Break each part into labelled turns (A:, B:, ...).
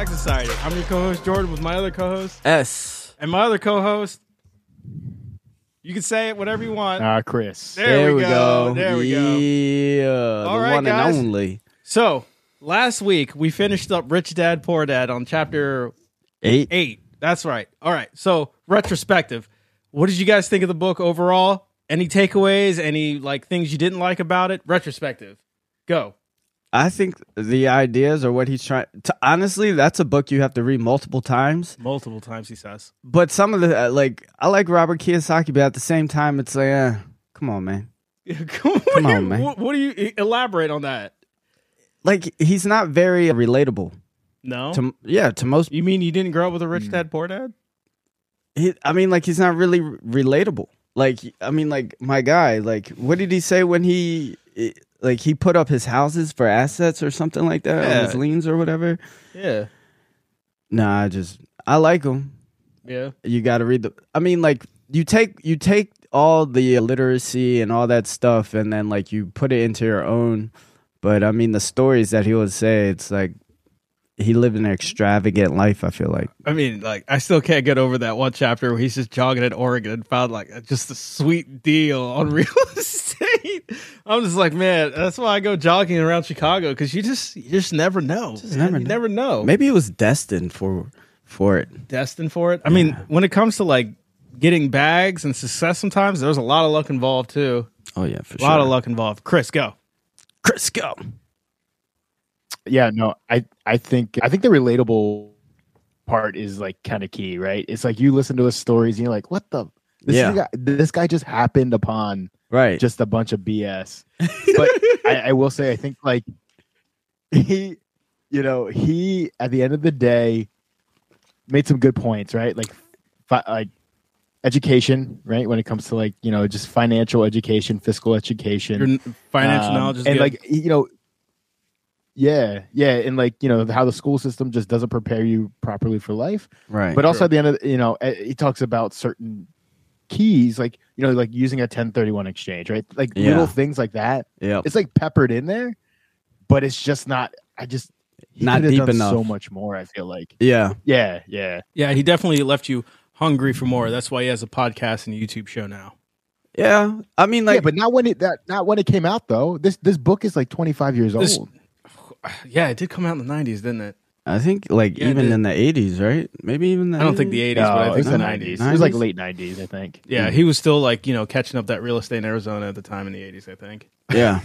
A: I'm your co-host Jordan with my other co-host
B: S.
A: and my other co-host. You can say it whatever you want.
C: Ah, Chris.
A: There, we, go. There we go.
B: Yeah,
A: All
B: the
A: right,
B: one
A: guys.
B: and only.
A: So last week we finished up Rich Dad Poor Dad on chapter
B: Eight.
A: eight. That's right. All right. So retrospective. What did you guys think of the book overall? Any takeaways? Any like things you didn't like about it? Retrospective. Go.
B: I think the ideas are what he's trying. To, honestly, that's a book you have to read multiple times.
A: Multiple times he says.
B: But some of the uh, like, I like Robert Kiyosaki, but at the same time, it's like, eh, come on, man.
A: Come on,
B: Come on, man.
A: What, what do you e-, elaborate on that?
B: Like he's not very relatable.
A: No.
B: To yeah, to most.
A: you mean you didn't grow up with a rich dad, poor dad?
B: He, I mean, like he's not really r- relatable. Like I mean, like my guy. Like what did he say when he? eh, Like he put up his houses for assets or something like that,
A: Yeah.
B: on his liens or whatever.
A: Yeah.
B: Nah, I just I like him.
A: Yeah.
B: You got to read the. I mean, like you take you take all the literacy and all that stuff, and then like you put it into your own. But I mean, the stories that he would say, it's like he lived an extravagant life. I feel like
A: I mean, like, I still can't get over that one chapter where he's just jogging in Oregon and found like just a sweet deal on real estate. I'm just like, man, that's why I go jogging around Chicago because you just you just never know. man.
B: never
A: you
B: know.
A: never know.
B: maybe he was destined for for it.
A: destined for it. I mean, when it comes to like getting bags and success, sometimes there's a lot of luck involved too.
B: Oh yeah, for
A: A lot of luck involved. Chris, go.
B: Chris, go.
C: Yeah, no, I I think I think the relatable part is like kind of key, right? It's like you listen to his stories and you're like, what the this
B: Yeah.
C: guy this guy just happened upon
B: Right.
C: just a bunch of BS. But I, I will say I think like he you know, he at the end of the day made some good points, right? Like fi- like education, right? When it comes to like, you know, just financial education, fiscal education.
A: Your n- financial
C: Um,
A: knowledge is
C: and
A: good.
C: like you know yeah yeah and like you know how the school system just doesn't prepare you properly for life
B: right.
A: uh,
C: but also at the end of you know eh, he talks about certain keys like you know like using a 1031 exchange right like
B: Yeah.
C: little things like that
B: yeah.
C: it's like peppered in there but it's just not i just he
B: Not
C: could have
B: deep
C: done
B: enough.
C: so much more i feel like
B: Yeah.
C: yeah yeah
A: yeah, he definitely left you hungry for more. That's why he has a podcast and a YouTube show now.
B: Yeah. I mean, like,
C: yeah but not when it that not when it came out though this this book is like 25 years
A: This-
C: old
A: Yeah, it did come out in the '90s, didn't it?
B: I think like
A: Yeah,
B: even
A: dude.
B: in the eighties, right? Maybe even the
A: I don't think the
B: 80s.
A: '80s, but
C: No,
A: I think
C: Oh, it's
A: the
C: the
A: '90s.
C: 90s. it was like
B: 90s?
C: late 90s i think
A: Yeah, he was still like you know catching up that real estate in Arizona at the time in the '80s. I think
B: Yeah.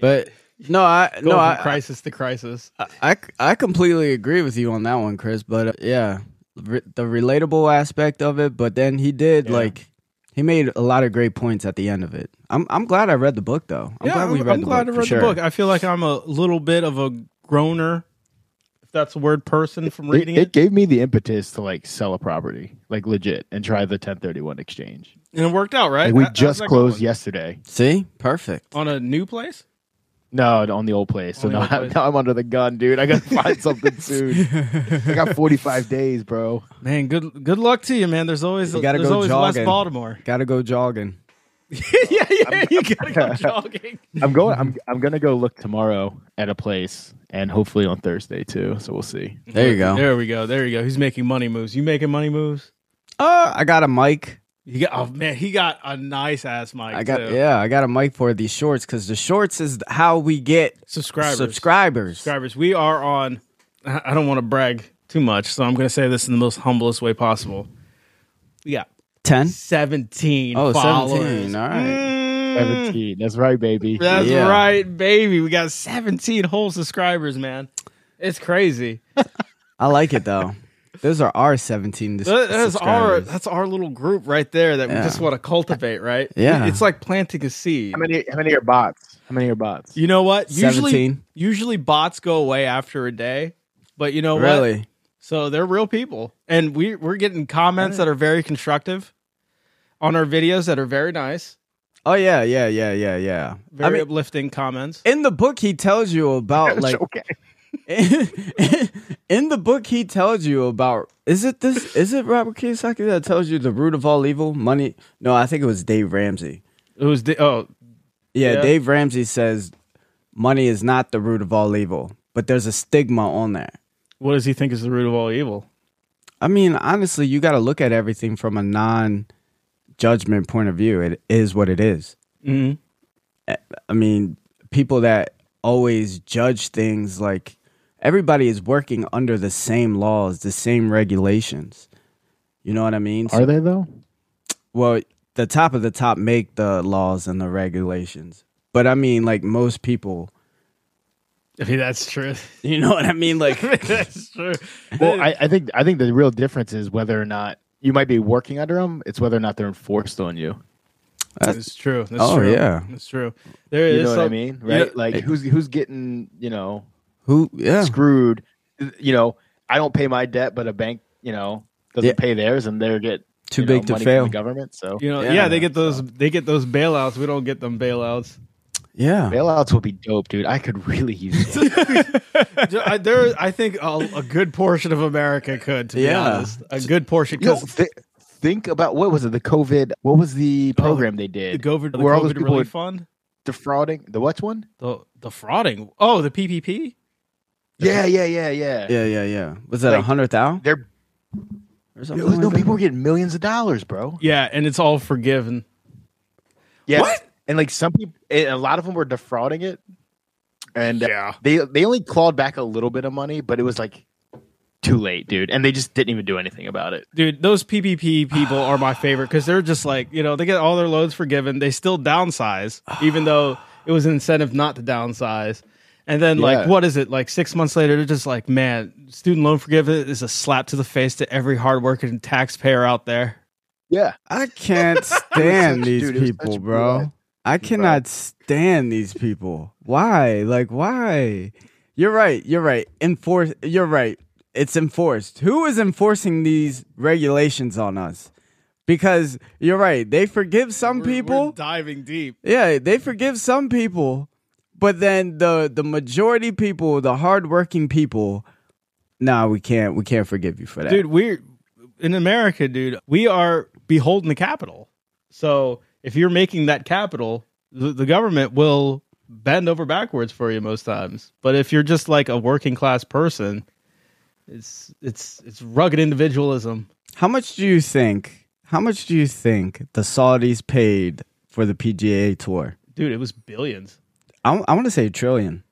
B: But no, I
A: going
B: no,
A: from
B: I,
A: crisis to crisis.
B: I, I I completely agree with you on that one, Chris. But uh, yeah, re- the relatable aspect of it. But then he did
C: Yeah.
B: like he made a lot of great points at the end of it. I'm I'm glad I read the book though. I'm glad we read
A: I'm
B: the
A: glad
B: book.
A: I
B: for
A: read
B: sure.
A: the book. I feel like I'm a little bit of a groaner, if that's a word, person from
C: it,
A: reading
C: it
A: it,
C: gave me the impetus to like sell a property, like legit, and try the 1031 exchange.
A: and it worked out right.
C: Like we
A: How- how's
C: just
A: that
C: closed
A: going?
C: yesterday.
B: See, perfect.
A: on a new place.
C: No, on the old place. So
A: On the
C: now,
A: old place.
C: now I'm under the gun, dude. I gotta find something soon. I got 45 days, bro.
A: Man, good good luck to you, man. There's always
B: You gotta
A: there's
B: go
A: always West
B: jogging.
A: Baltimore.
B: Got to go jogging.
A: yeah, yeah, you gotta go jogging.
C: I'm going. I'm I'm gonna go look tomorrow at a place, and hopefully on Thursday too. So we'll see.
A: Hmm.
B: There you go.
A: There we go. There you go. He's making money moves. You making money moves?
B: Oh, I got a mic.
A: You got oh man, he got a nice ass mic.
B: I got
A: too.
B: yeah, I got a mic for these shorts because the shorts is how we get
A: subscribers.
B: subscribers.
A: subscribers. We are on. I I don't want to brag too much, so I'm going to say this in the most humblest way possible. We got
B: Ten.
A: 17
B: Oh,
A: followers.
B: 17, all right.
A: Mm,
C: 17. That's right, baby.
A: that's
B: Yeah.
A: right, baby. We got 17 whole subscribers, man. It's crazy.
B: I like it though. Those are our seventeen. Dis-
A: That- That's our
B: subscribers.
A: that's our little group right there that we
B: Yeah.
A: just want to cultivate, right?
B: Yeah.
A: It's like planting a seed.
C: How many? How many are bots? How many are bots?
A: you know what? Usually
B: 17.
A: usually bots go away after a day, but you know what?
B: really.
A: So they're real people, and we we're getting comments that are very constructive on our videos that are very nice,
B: Oh yeah, yeah, yeah, yeah, yeah.
A: very
B: I mean,
A: uplifting comments.
B: in the book he tells you about like
C: okay.
B: in the book he tells you about is it this is it Robert Kiyosaki that tells you the root of all evil money? No, I think it was Dave Ramsey.
A: It was the, oh
B: Yeah,
A: Yeah.
B: Dave Ramsey says money is not the root of all evil, but there's a stigma on there.
A: What does he think is the root of all evil?
B: I mean, honestly, you got to look at everything from a non judgment point of view. It is what it is.
A: Mm-hmm.
B: I mean, people that always judge things like everybody is working under the same laws, the same regulations. You know what I mean?
C: Are they though?
B: well, the top of the top make the laws and the regulations. But I mean, like most people,
A: I mean, that's true.
B: you know what I mean? Like,
A: that's true.
C: Well, I, I think I think the real difference is whether or not you might be working under them. It's whether or not they're enforced on you.
A: That's true. That's
B: Oh,
A: true.
B: yeah.
A: that's true. There
C: You
A: is
C: know what I
A: some-
C: mean,
A: you know-
C: right? Like who's who's getting you know
B: who, yeah.
C: screwed? You know, I don't pay my debt, but a bank you know doesn't
B: Yeah.
C: pay theirs, and they're get
B: Too
C: you know,
B: big to
C: money from
B: fail.
C: the government. So
A: You know, yeah,
B: Yeah.
A: they get those they get those bailouts. We don't get them bailouts.
B: Yeah.
C: bailouts would be dope, dude. I could really use. Those.
A: Ju- I, there, I think a, a good portion of America could, to be
B: Yeah.
A: honest, a good portion
C: Yo,
A: because
C: th- think about what was it? The COVID. What was the
A: Oh,
C: program they
A: the
C: did?
A: COVID, the
C: where all those
A: COVID
C: people
A: relief
C: would-
A: fund,
C: defrauding the what one?
A: the the frauding. Oh, the PPP.
C: Yeah, yeah, yeah, yeah.
B: Yeah, yeah, yeah. Was that a
C: Like,
B: hundred thou?
C: They're
B: Or something
C: no,
B: like that?
C: people were getting millions of dollars, bro.
A: Yeah, and it's all forgiven.
C: Yeah,
A: What?
C: and like some people, and a lot of them were defrauding it, and yeah. they they only clawed back a little bit of money, but it was like too late, dude. And they just didn't even do anything about it.
A: Dude, those PPP people are my favorite because they're just like you know they get all their loans forgiven. They still downsize, even though it was an incentive not to downsize. And then like
C: Yeah.
A: what is it like six months later? They're just like, man, student loan forgiveness is a slap to the face to every hardworking taxpayer out there.
C: Yeah,
B: I can't stand
C: such-
B: these
C: dude, it was
B: people,
C: such
B: bro.
C: bull-
B: I cannot stand these people. Why? Like why? You're right. You're right. Enforce. You're right. It's enforced. Who is enforcing these regulations on us? Because you're right. They forgive some people.
A: diving deep.
B: Yeah, they forgive some people, but then the the majority people, the hardworking people, nah, we can't we can't forgive you for that.
A: dude we're in america dude we are beholden to capital so if you're making that capital the, the government will bend over backwards for you most times but if you're just like a working class person it's it's it's rugged individualism
B: How much do you think? How much do you think the Saudis paid for the PGA tour?
A: dude it was billions
B: I, I want to say a trillion.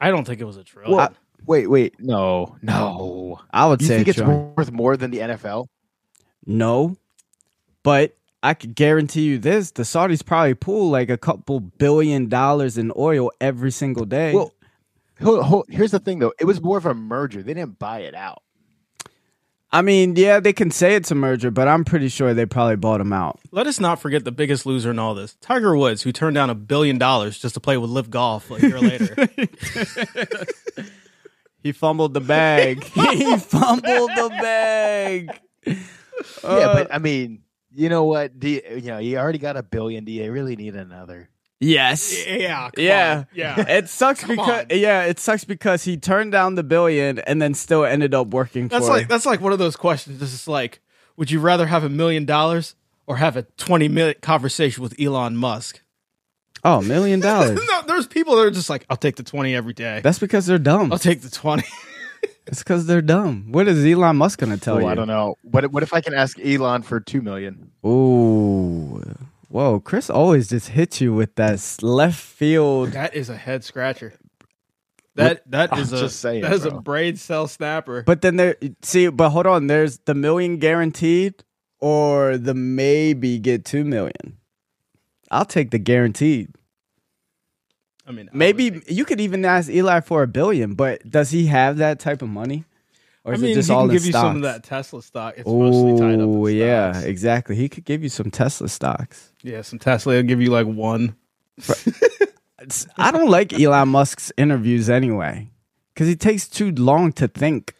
A: i don't think it was a trillion
C: Well, wait, wait, no, no.
B: I would
C: You
B: say a
C: think it's
B: trillion.
C: worth more than the NFL?
B: no, but I could guarantee you this: the Saudis probably pool like a couple billion dollars in oil every single day.
C: Well, ho- ho- here's the thing though. It was more of a merger. They didn't buy it out.
B: I mean, yeah, they can say it's a merger, but I'm pretty sure they probably bought them out.
A: let us not forget the biggest loser in all this tiger woods who turned down a billion dollars just to play with live golf a year later
B: He fumbled the bag. he fumbled the bag. Uh,
C: yeah, but I mean, you know what? Do you, you know you already got a billion? Do you really need another?
B: Yes.
A: yeah
B: Yeah.
A: yeah
B: It sucks
A: Come
B: because
A: on.
B: yeah, it sucks because he turned down the billion and then still ended up working
A: That's
B: for.
A: like that's like one of those questions. This is like, would you rather have a million dollars or have a twenty minute conversation with Elon Musk?
B: oh, million dollars.
A: No, there's people that are just like, I'll take the twenty every day.
B: That's because they're dumb.
A: I'll take the twenty.
B: It's because they're dumb. What is Elon Musk gonna tell
C: Oh,
B: you?
C: I don't know. What if- what if I can ask Elon for two million?
B: Ooh, whoa! Chris always just hits you with that s- left field.
A: that is a head scratcher. That that
C: I'm
A: is a
C: just saying,
A: that is a
C: bro.
A: brain cell snapper.
B: But then there, see, but hold on. There's the million guaranteed, or the maybe get two million. I'll take the guaranteed.
A: I mean, I would
B: Maybe
A: think-
B: you could even ask Eli for a billion, but does he have that type of money, or
A: I
B: is
A: mean,
B: it just
A: he
B: all
A: can
B: in
A: give you some of
B: stocks?
A: that Tesla stock. It's mostly tied up.
B: Oh
A: in
B: yeah,
A: stocks.
B: exactly. He could give you some Tesla stocks.
A: yeah. Some Tesla will give you like one.
B: It's- I don't like Elon Musk's interviews anyway, because he takes too long to think,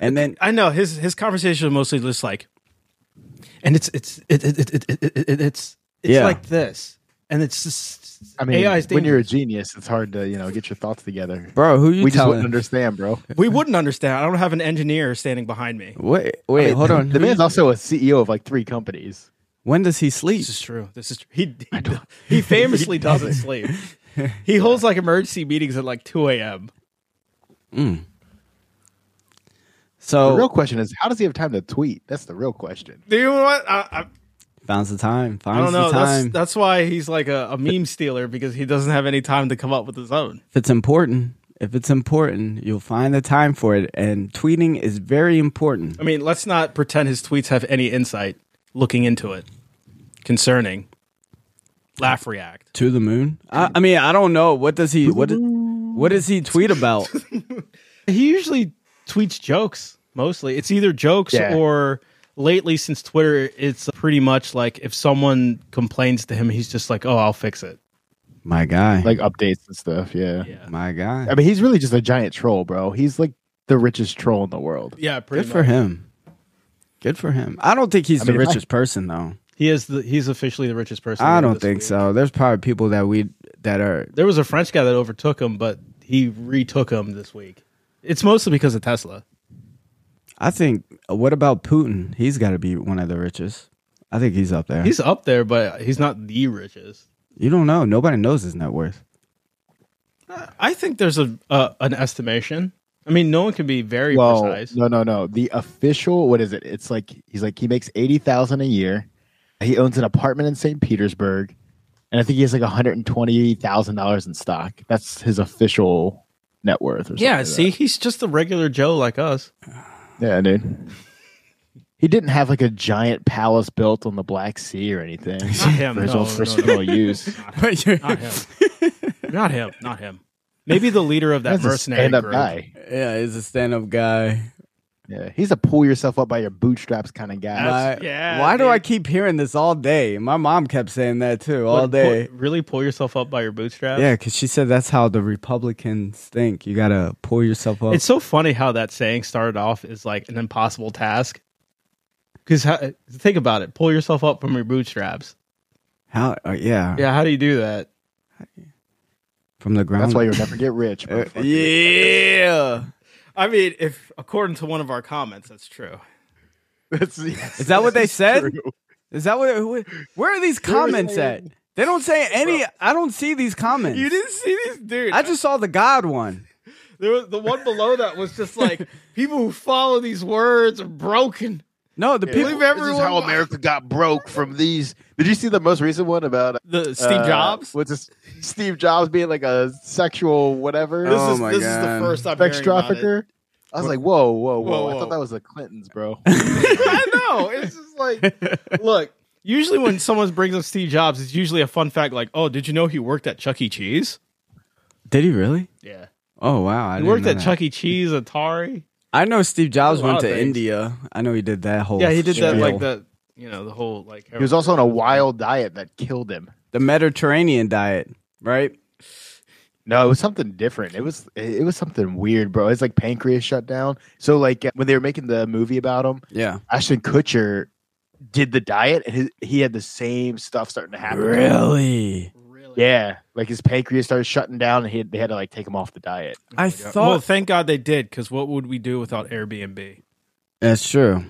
B: and then
A: I know his his conversation was mostly just like, and it's it's it, it, it, it, it, it, it's it's
B: Yeah.
A: like this, and it's just
C: I mean,
A: AI is
C: when you're a
A: dangerous.
C: genius, it's hard to you know get your thoughts together.
B: bro, who you
C: we just
B: telling?
C: wouldn't understand, bro.
A: we wouldn't understand. I don't have an engineer standing behind me.
B: wait, wait, hold on.
C: The
B: Who
C: man's
B: you-
C: also a CEO of like three companies.
B: when does he sleep?
A: This is true. This is true. he he, he famously doesn't sleep. He holds like emergency meetings at like two a.m.
B: So
C: the real question is, how does he have time to tweet? That's the real question.
A: Do you know what? I, I,
B: finds the time.
A: I
B: Finds
A: don't know.
B: the time.
A: That's, that's why he's like a, a meme stealer because he doesn't have any time to come up with his own.
B: if it's important, if it's important, you'll find the time for it. And tweeting is very important.
A: I mean, let's not pretend his tweets have any insight looking into it concerning laugh react.
B: To the moon. I, I mean, I don't know. What does he? What? What does he tweet about?
A: He usually tweets jokes mostly. It's either jokes
C: Yeah.
A: or lately since Twitter, it's pretty much like if someone complains to him, he's just like, "Oh, I'll fix it."
B: My guy.
C: Like updates and stuff. Yeah.
A: Yeah,
B: my guy.
C: I mean, he's really just a giant troll, bro. He's like the richest troll in the world.
A: yeah, pretty
B: Good for
A: much.
B: him. Good for him. I don't think he's
C: I
B: the
C: mean, if I-
B: richest person though.
A: He is the he's officially the richest person.
B: I
A: living
B: don't
A: this
B: think
A: week.
B: so. There's probably people that we that are
A: There was a French guy that overtook him, but he retook him this week. It's mostly because of Tesla.
B: I think uh, what about Putin? He's got to be one of the richest. I think he's up there.
A: He's up there, but he's not the richest.
B: you don't know. Nobody knows his net worth.
A: I think there's a uh, an estimation. I mean, no one can be very
C: well,
A: precise.
C: no, no, no. The official, what is it? It's like he's like he makes eighty thousand a year. He owns an apartment in St. Petersburg, and I think he has like one hundred and twenty thousand dollars in stock. That's his official net worth. Or
A: Yeah,
C: something
A: see,
C: like
A: he's just a regular Joe like us.
C: that. yeah, dude. He didn't have like a giant palace built on the Black Sea or anything
A: Not him,
C: for his
A: no,
C: own
A: no, no.
C: personal use.
B: But you're,
A: Not him. not him. Not him. Maybe the leader of that
C: That's a
A: mercenary
C: stand-up
A: group.
C: guy.
B: yeah, he's a stand-up guy.
C: Yeah, he's a pull yourself up by your bootstraps kind of guy.
A: That's-
B: Why-
A: yeah,
B: Why do
A: dude.
B: I keep hearing this all day? My mom kept saying that too all
A: Like,
B: day.
A: pull- really pull yourself up by your bootstraps.
B: Yeah, because she said that's how the Republicans think. You gotta pull yourself up.
A: It's so funny how that saying started off as like an impossible task. Because think about it, pull yourself up from your bootstraps.
B: how? uh, yeah,
A: Yeah, how do you do that?
B: from the ground.
C: That's why you'll never get rich.
B: Uh,
C: motherfucker.
B: yeah.
A: I mean, if according to one of our comments, that's true.
C: That's- yes,
B: Is that what
C: this
B: they said?
C: true.
B: Is that what? Who, where are these comments at?
C: saying-
B: They don't say any. I don't see these comments.
A: You didn't see this dude.
B: I just saw the God one.
A: there was, the one below that was just like people who follow these words are broken.
B: No, the people.
A: Believe everyone.
C: This is how America got broke from these. Did you see the most recent one about uh,
A: The Steve Jobs.
C: What's this? Steve Jobs being like a sexual whatever,
B: Oh
A: this is
B: my
A: this is
B: God.
A: the first I'm
C: sex
A: hearing about it.
C: trafficker? I was like, whoa, whoa, whoa,
A: Whoa,
C: I
A: whoa.
C: thought that was the Clintons, bro.
A: I know. It's just like, look. Usually, when someone brings up Steve Jobs, it's usually a fun fact like, "Oh, did you know he worked at Chuck E. Cheese?"
B: Did he really?
A: Yeah,
B: Oh wow! I
A: he
B: didn't
A: worked
B: know
A: at
B: that.
A: Chuck E. Cheese, Atari.
B: I know Steve
A: There's
B: Jobs
A: a lot
B: went
A: of
B: to
A: things.
B: India. I know he did that whole.
A: Yeah, he did that
B: spiel.
A: like the you know the whole like.
C: he was also on a wild diet that killed him.
B: the Mediterranean diet, right?
C: No, it was something different. It was it was something weird, bro. It's like pancreas shut down. So like when they were making the movie about him,
B: Yeah.
C: Ashton Kutcher did the diet, and his, he had the same stuff starting to happen.
B: Really?
A: Really?
C: Yeah, like his pancreas started shutting down, and he had, they had to like take him off the diet.
B: I
A: Well,
B: thought
A: thank God they did, because what would we do without Airbnb?
B: that's true.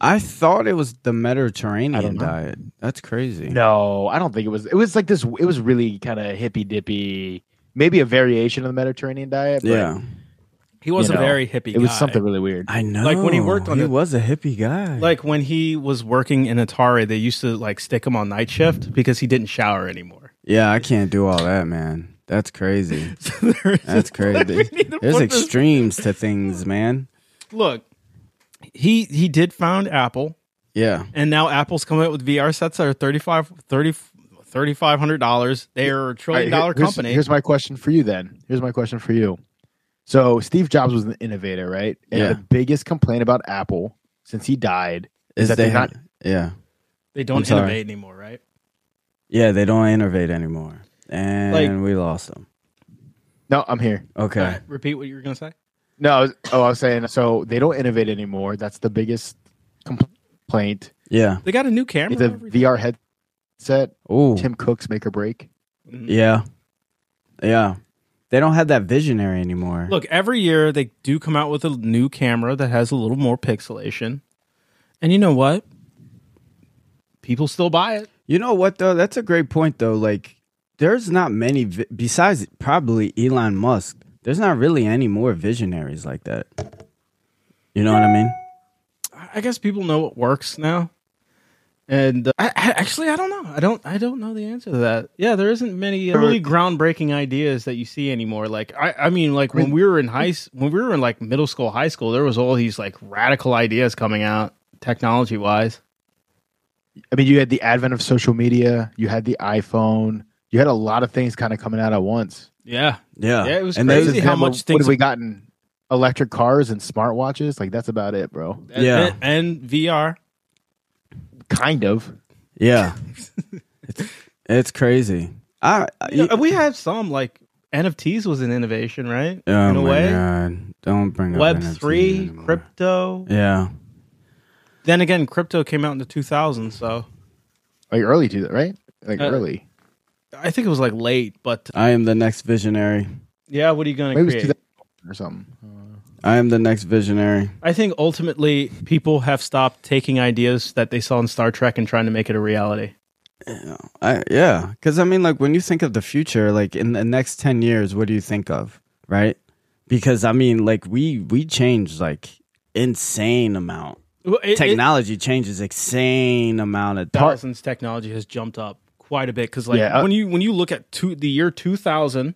B: I thought it was the Mediterranean
C: know.
B: diet. That's crazy.
C: No, I don't think it was. It was like this. It was really kind of hippy dippy, maybe a variation of the Mediterranean diet. But
B: Yeah,
A: He was a
C: You know,
A: very hippie.
C: it was
A: guy.
C: something really weird.
B: I know.
A: Like, when he worked on
B: he
A: it-
B: was a hippie guy.
A: Like when he was working in Atari, they used to like stick him on night shift because he didn't shower anymore.
B: yeah, I can't do all that, man. That's crazy.
A: So there's
B: That's crazy.
A: need to
B: There's
A: put this-
B: extremes to things, man.
A: look, he he did found Apple,
B: Yeah.
A: and now Apple's coming out with VR sets that are 35 30 $3,500. dollars. They are a
C: All right,
A: trillion
C: here-
A: dollar
C: here's-
A: company.
C: Here's my question for you. Then here's my question for you. So Steve Jobs was an innovator, right? And
B: Yeah.
C: the biggest complaint about Apple since he died
B: Is
C: that
B: they
C: they're
B: not? Yeah.
A: they
B: I'm
A: don't
B: sorry.
A: innovate anymore, right?
B: Yeah, they don't innovate anymore, and
A: Like-
B: we lost them.
C: No, I'm here.
B: Okay.
A: Uh, repeat what you were going to say.
C: No, I was, oh, I was saying. So they don't innovate anymore. That's the biggest complaint.
B: Yeah.
A: They got a new camera.
C: It's a
A: every-
C: VR headset.
B: Oh.
C: Tim Cook's make or break.
B: Yeah. Yeah. They don't have that visionary anymore.
A: Look, every year they do come out with a new camera that has a little more pixelation. And you know what? People still buy it.
B: You know what though? That's a great point though. Like, there's not many vi- besides probably Elon Musk. There's not really any more visionaries like that. You know what I mean?
A: I guess people know what works now. And uh, I, I actually, I don't know. I don't. I don't know the answer to that. Yeah, there isn't many uh, really groundbreaking ideas that you see anymore. Like, I, I mean, like when we were in high, s- when we were in like middle school, high school, there was all these like radical ideas coming out technology wise.
C: I mean, you had the advent of social media, you had the iPhone, you had a lot of things kind of coming out at once.
A: Yeah,
B: Yeah.
A: Yeah, it was
B: and
A: crazy.
B: those-
A: how much
C: what
A: things-
C: have we gotten? Electric cars and smartwatches, like that's about it, bro.
A: And-
B: Yeah.
A: and, and VR.
C: Kind of.
B: yeah. it's, it's crazy. I, I-
A: You know, uh, we have some like NFTs was an innovation, right?
B: oh
A: in a
B: my
A: way,
B: God. Don't bring up
A: Web
B: NFTs
A: three,
B: anymore.
A: crypto.
B: Yeah.
A: Then again, crypto came out in the 2000s, so
C: Like early to that, right? Like
A: Uh,
C: early.
A: I think it was like late. But
B: I am the next visionary.
A: yeah, what are you going
C: Maybe
A: to
C: it was
A: create?
C: 2000 or something.
B: I am the next visionary.
A: I think ultimately people have stopped taking ideas that they saw in Star Trek and trying to make it a reality.
B: I yeah, because I mean, like when you think of the future, like in the next ten years, what do you think of, right? Because I mean, like we we change like insane amount.
A: Well, it- it-
B: Technology changes insane amount of time.
A: thousands technology has jumped up quite a bit because like
C: Yeah, uh I-
A: when you when you look at two, the year 2000,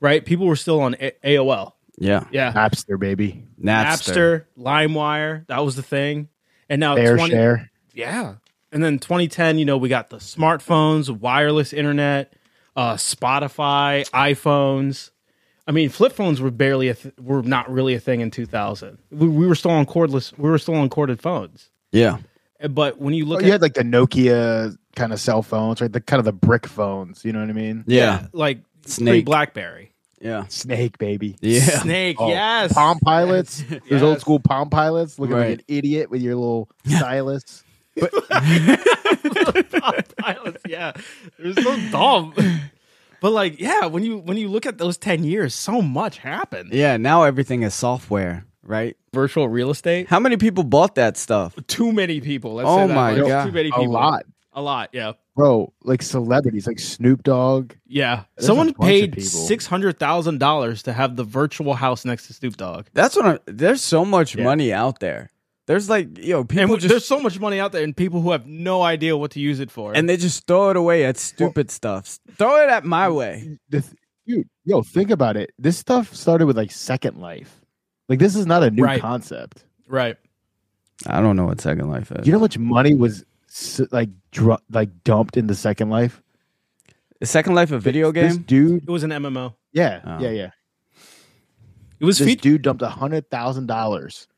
A: right? People were still on a- AOL.
B: Yeah,
A: Yeah,
C: Napster, baby.
B: Napster.
A: Napster, LimeWire, that was the thing. And now
C: Fair
A: 20
C: share.
A: Yeah. And then 2010, you know, we got the smartphones, wireless internet, uh, Spotify, iPhones. I mean, flip phones were barely a th- were not really a thing in 2000. We, we were still on cordless. We were still on corded phones.
B: Yeah,
A: Uh, But when you look
C: Oh,
A: at
C: you had like the Nokia kind of cell phones, right? The kind of the brick phones. You know what I mean?
B: yeah,
A: like pre
B: Snake.
A: BlackBerry,
B: yeah,
C: Snake, baby.
B: yeah.
A: Snake,
C: Oh,
A: yes,
C: Palm pilots. There's old
A: Yes.
C: school palm pilots looking
B: Right.
C: like an idiot with your little stylus.
A: Palm pilots, yeah, it was so dumb. But like, yeah, when you when you look at those 10 years, so much happened.
B: Yeah, now everything is software, right?
A: Virtual real estate.
B: How many people bought that stuff?
A: too many people. Let's
B: Oh
A: say that
B: my
A: much.
B: God.
A: too many
C: A
A: people.
C: lot,
A: a lot. Yeah,
C: bro. Like celebrities, like Snoop Dogg.
A: yeah.
C: There's a
A: Someone
C: bunch of
A: paid
C: people.
A: six hundred thousand dollars to have the virtual house next to Snoop Dogg,
B: That's what I'm. There's so much
C: Yeah.
B: money out there. There's like yo,
A: and
B: people
A: w-
B: just
A: there's so much money out there, and people who have no idea what to use it for.
B: and they just throw it away at stupid stuff. Throw it at my way.
C: The th- dude, yo, think about it. This stuff started with like Second Life. Like this is not a new
A: Right.
C: concept.
A: right,
B: I don't know what Second Life is.
C: You know how much money was s- like dr- like dumped into Second Life?
B: is Second Life a video
C: This
B: game?
C: dude,
A: it was an MMO.
C: yeah,
B: Oh.
C: yeah, yeah.
A: It was
C: This
A: featured.
C: dude dumped a hundred thousand dollars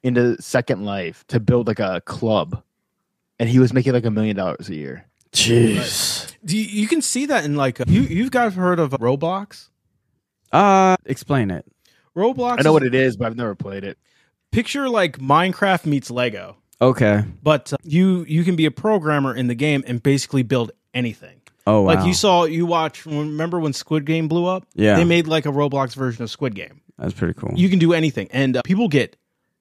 C: into Second Life to build like a club, and he was making like a million dollars a year.
B: Jeez.
A: Do you, you can see that in like you you've guys heard of Roblox.
B: Uh explain it.
A: Roblox.
C: I know
A: is-
C: what it is, but I've never played it.
A: Picture like Minecraft meets Lego,
B: Okay.
A: but uh, you you can be a programmer in the game and basically build anything.
B: Oh wow.
A: Like you saw, you watch. Remember when Squid Game blew up?
B: Yeah.
A: they made like a Roblox version of Squid Game.
B: That's pretty cool.
A: You can do anything, and uh, people get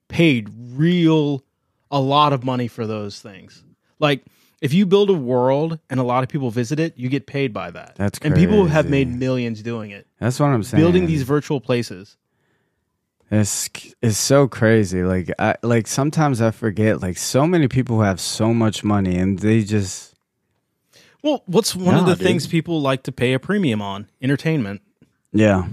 A: paid real a lot of money for those things. Like if you build a world and a lot of people visit it, you get paid by that.
B: That's
A: and people have
B: crazy.
A: made millions doing it,
B: That's what I'm saying.
A: building these virtual places.
B: It's it's so crazy. Like I like sometimes I forget like so many people have so much money and they just
A: Well, what's one of
B: Nah,
A: the
B: dude.
A: things people like to pay a premium on? Entertainment.
B: yeah,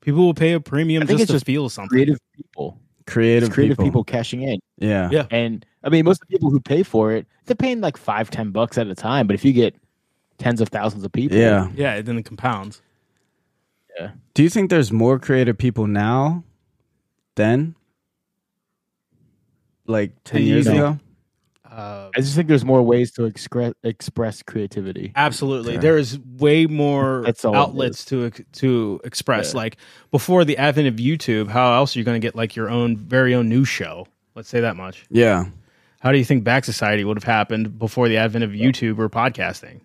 A: People will pay a premium
C: I think
A: just
C: it's
A: to
C: just
A: feel something.
C: Creative people,
B: creative
C: It's creative people. cashing in,
B: Yeah.
A: Yeah.
C: and I mean, most of the people who pay for it, they're paying like five, ten bucks at a time. But if you get tens of thousands of people,
B: Yeah.
A: Yeah, then it compounds.
B: Do you think there's more creative people now than like 10
A: You
B: years
C: know.
B: ago?
A: Uh,
C: I just think there's more ways to excre- express creativity.
A: Absolutely,
B: Okay.
A: there is way more
C: That's all it
A: outlets to ex- to express.
C: Yeah.
A: Like before the advent of YouTube, how else are you going to get like your own very own news show? Let's say that much.
B: Yeah.
A: How do you think Back Society would have happened before the advent of YouTube or podcasting?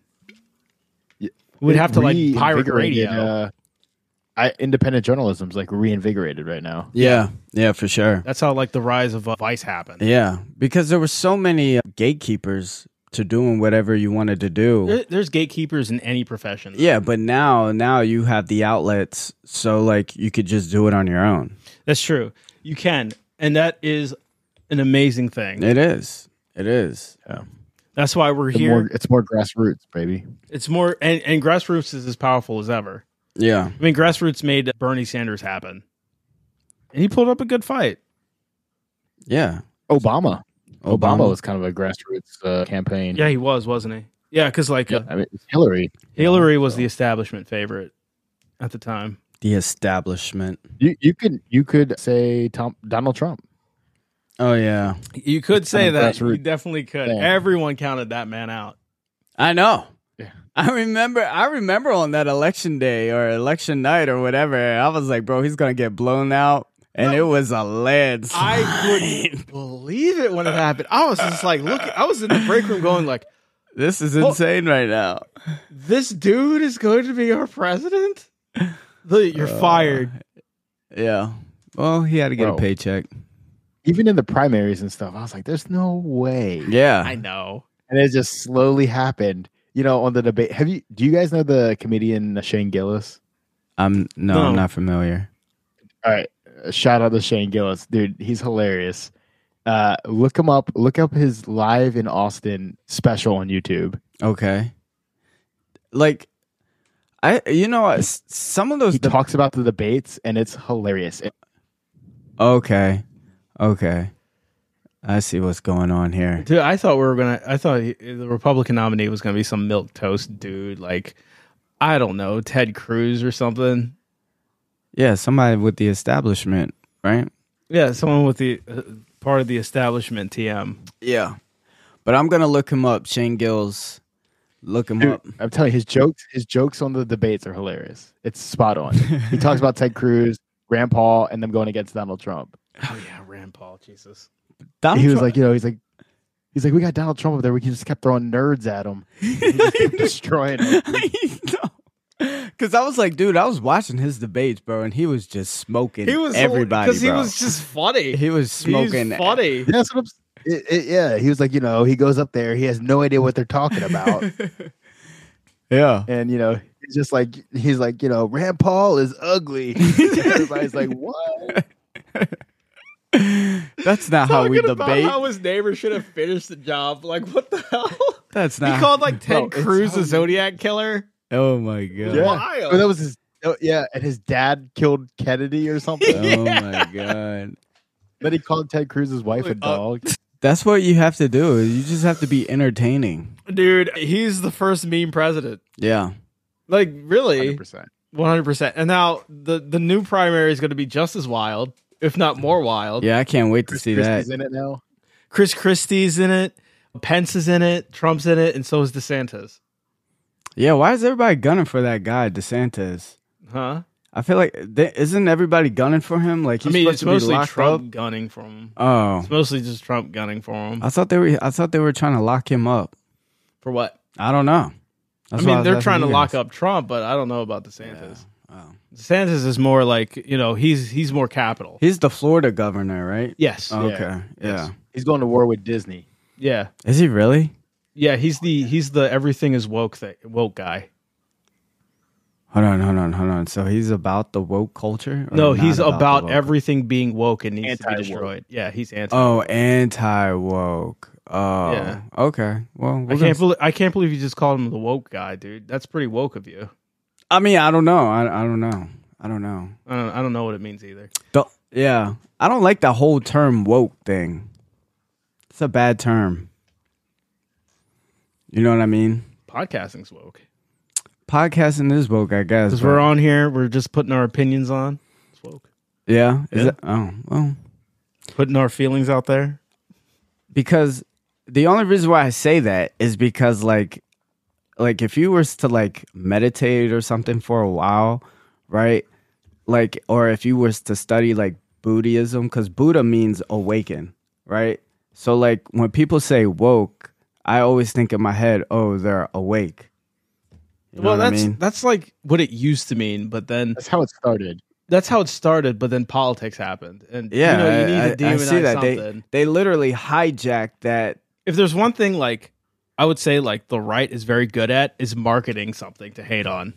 C: Yeah.
A: We'd have to like pirate radio.
C: Reinvigorated, uh, I, independent journalism's like reinvigorated right now.
B: Yeah. Yeah, for sure.
A: That's how like the rise of uh, Vice happened.
B: Yeah, because there were so many uh, gatekeepers to doing whatever you wanted to do.
A: There- There's gatekeepers in any profession.
B: Yeah, but now now you have the outlets so like you could just do it on your own.
A: That's true. You can. And that is an amazing thing.
B: It is. It is.
A: That's why we're
C: It's
A: here.
C: more, it's more grassroots, baby.
A: it's more, and, and grassroots is as powerful as ever.
B: Yeah.
A: I mean, grassroots made Bernie Sanders happen, and he pulled up a good fight.
B: Yeah.
C: Obama. Obama, was kind of a grassroots uh, campaign.
A: Yeah, he was, wasn't he? Yeah, because like
C: Yeah, I mean, it's Hillary.
A: Hillary was the establishment favorite at the time.
B: the establishment.
C: You you could you could say Tom Donald Trump.
B: Oh yeah.
A: You could
C: kind
A: say
C: of
A: that.
C: grassroots
A: You definitely could.
C: thing.
A: Everyone counted that man out.
B: I know.
C: Yeah.
B: I remember I remember on that election day or election night or whatever, I was like, bro, he's gonna get blown out. And it was a landslide.
A: I couldn't believe it when it happened. I was just like, look, I was in the break room going like,
B: This is insane right now.
A: this dude is going to be our president. The-
C: Uh.
A: You're fired.
B: Uh, Yeah. Well, he had to get
C: Bro.
B: a paycheck.
C: Even in the primaries and stuff, I was like, "There's no way."
B: Yeah.
A: I know.
C: And it just slowly happened. You know, on the debate. Have you? Do you guys know the comedian uh, Shane Gillis?
B: I'm no,
A: No.
B: I'm not familiar.
C: All right. uh, Shout out to Shane Gillis. Dude, he's hilarious. Uh, look him up. Look up his live in Austin special on YouTube.
B: Okay. Like I you know what, s- some of those
C: He
B: deb-
C: talks about the debates and it's hilarious. It-
B: Okay. Okay. I see what's going on here.
A: Dude, I thought we were gonna. I thought he- the Republican nominee was gonna be some milk toast dude, like I don't know, Ted Cruz or something.
B: Yeah, somebody with the establishment, right?
A: Yeah, someone with the uh, part of the establishment. TM.
B: Yeah. But I'm gonna look him up, Shane Gills. Look him
C: dude,
B: up.
C: uh, I'm telling you, his jokes, his jokes on the debates are hilarious. It's spot on. he talks about Ted Cruz, Rand Paul, and them going against Donald Trump.
A: Oh yeah, Rand Paul. Jesus.
B: Donald
C: he was
B: Trump-
C: like, you know, he's like, he's like, we got Donald Trump up there. We just kept throwing nerds at him, He just kept destroying him.
B: Because I was like, dude, I was watching his debates, bro, and he was just smoking everybody.
A: because he
B: bro.
A: was just funny.
B: he was smoking. e-
A: He's funny.
C: That's what I'm. s- It, it, yeah, he was like, you know, he goes up there, he has no idea what they're talking about.
B: Yeah.
C: and you know he's just like he's like you know Rand Paul is ugly. Everybody's like what?
B: That's not how we
A: Talking about
B: debate.
A: How his neighbor should have finished the job. Like what the hell?
B: That's
A: He
B: not.
A: called like
C: Bro,
A: Ted
C: it's
A: Cruz
C: how
A: a
C: you-
A: Zodiac killer.
B: oh my god.
C: Yeah.
A: Wild.
C: Oh, that was his. Oh, yeah, and his dad killed Kennedy or something.
B: Oh my god.
C: Then he called Ted Cruz's wife a dog.
B: That's what you have to do. is You just have to be entertaining.
A: Dude, he's the first meme president.
B: Yeah.
A: Like really,
C: 100%.
A: one hundred percent. And now the the new primary is going to be just as wild, if not more wild.
B: Yeah, I can't wait to
C: Chris
B: see
C: Christie's
B: that.
C: in it now.
A: Chris Christie's in it, Pence is in it, Trump's in it, and so is DeSantis.
B: Yeah, why is everybody gunning for that guy, DeSantis?
A: Huh?
B: I feel like th- isn't everybody gunning for him? Like
A: I
B: he's
A: mean,
B: supposed
A: it's
B: to be
A: mostly
B: locked
A: Trump gunning for him.
B: up. Uh, Oh,
A: It's mostly just Trump gunning for him.
B: I thought they were. I thought they were trying to lock him up.
A: For what?
B: I don't know. That's
A: I
B: why
A: mean,
B: was
A: they're
B: asking
A: trying to
B: you
A: lock
B: guys.
A: up Trump, but I don't know about DeSantis.
B: Oh.
A: DeSantis is more like you know he's he's more capital.
B: He's the Florida governor, right?
A: Yes.
B: Okay. Yeah.
C: He's going to war with Disney.
A: yeah.
B: Is he really?
A: Yeah. He's the he's the everything is woke thing, woke guy.
B: Hold on, hold on, hold on. So he's about the woke culture? or
A: No,
B: Uh, not
A: he's
B: the
A: about,
B: woke-
A: everything being woke and needs to
C: Anti-woke.
A: be destroyed. Yeah, he's anti.
B: Oh, anti woke. Oh,
A: Yeah.
B: okay. Well, we're
A: I
B: gonna-
A: can't believe I can't believe you just called him the woke guy, dude. That's pretty woke of you.
B: I mean, I don't know. I, I don't know. I don't know.
A: I don't, I don't know what it means either.
B: The, yeah, I don't like the whole term woke thing. It's a bad term. You know what I mean?
A: Podcasting's woke
B: Podcasting is woke, I guess.
A: because we're
B: but-
A: on here. We're just putting our opinions on. It's woke.
B: Yeah. Is
A: Yeah.
B: It, oh well,
A: Putting our feelings out there.
B: because the only reason why I say that is because like, like if you were to like meditate or something for a while, right? Like, or if you was to study like Buddhism, because Buddha means awaken, right? So like when people say woke, I always think in my head, oh, they're awake. You know
A: well,
B: what
A: that's
B: I mean?
A: that's like what it used to mean, but then
C: That's how it started.
A: that's how it started. But then politics happened, and
B: Yeah,
A: you know you need to
B: I- I- I
A: demonize
B: see that. They-
A: something.
B: They literally hijacked that.
A: if there's one thing like I would say like the right is very good at is marketing something to hate on.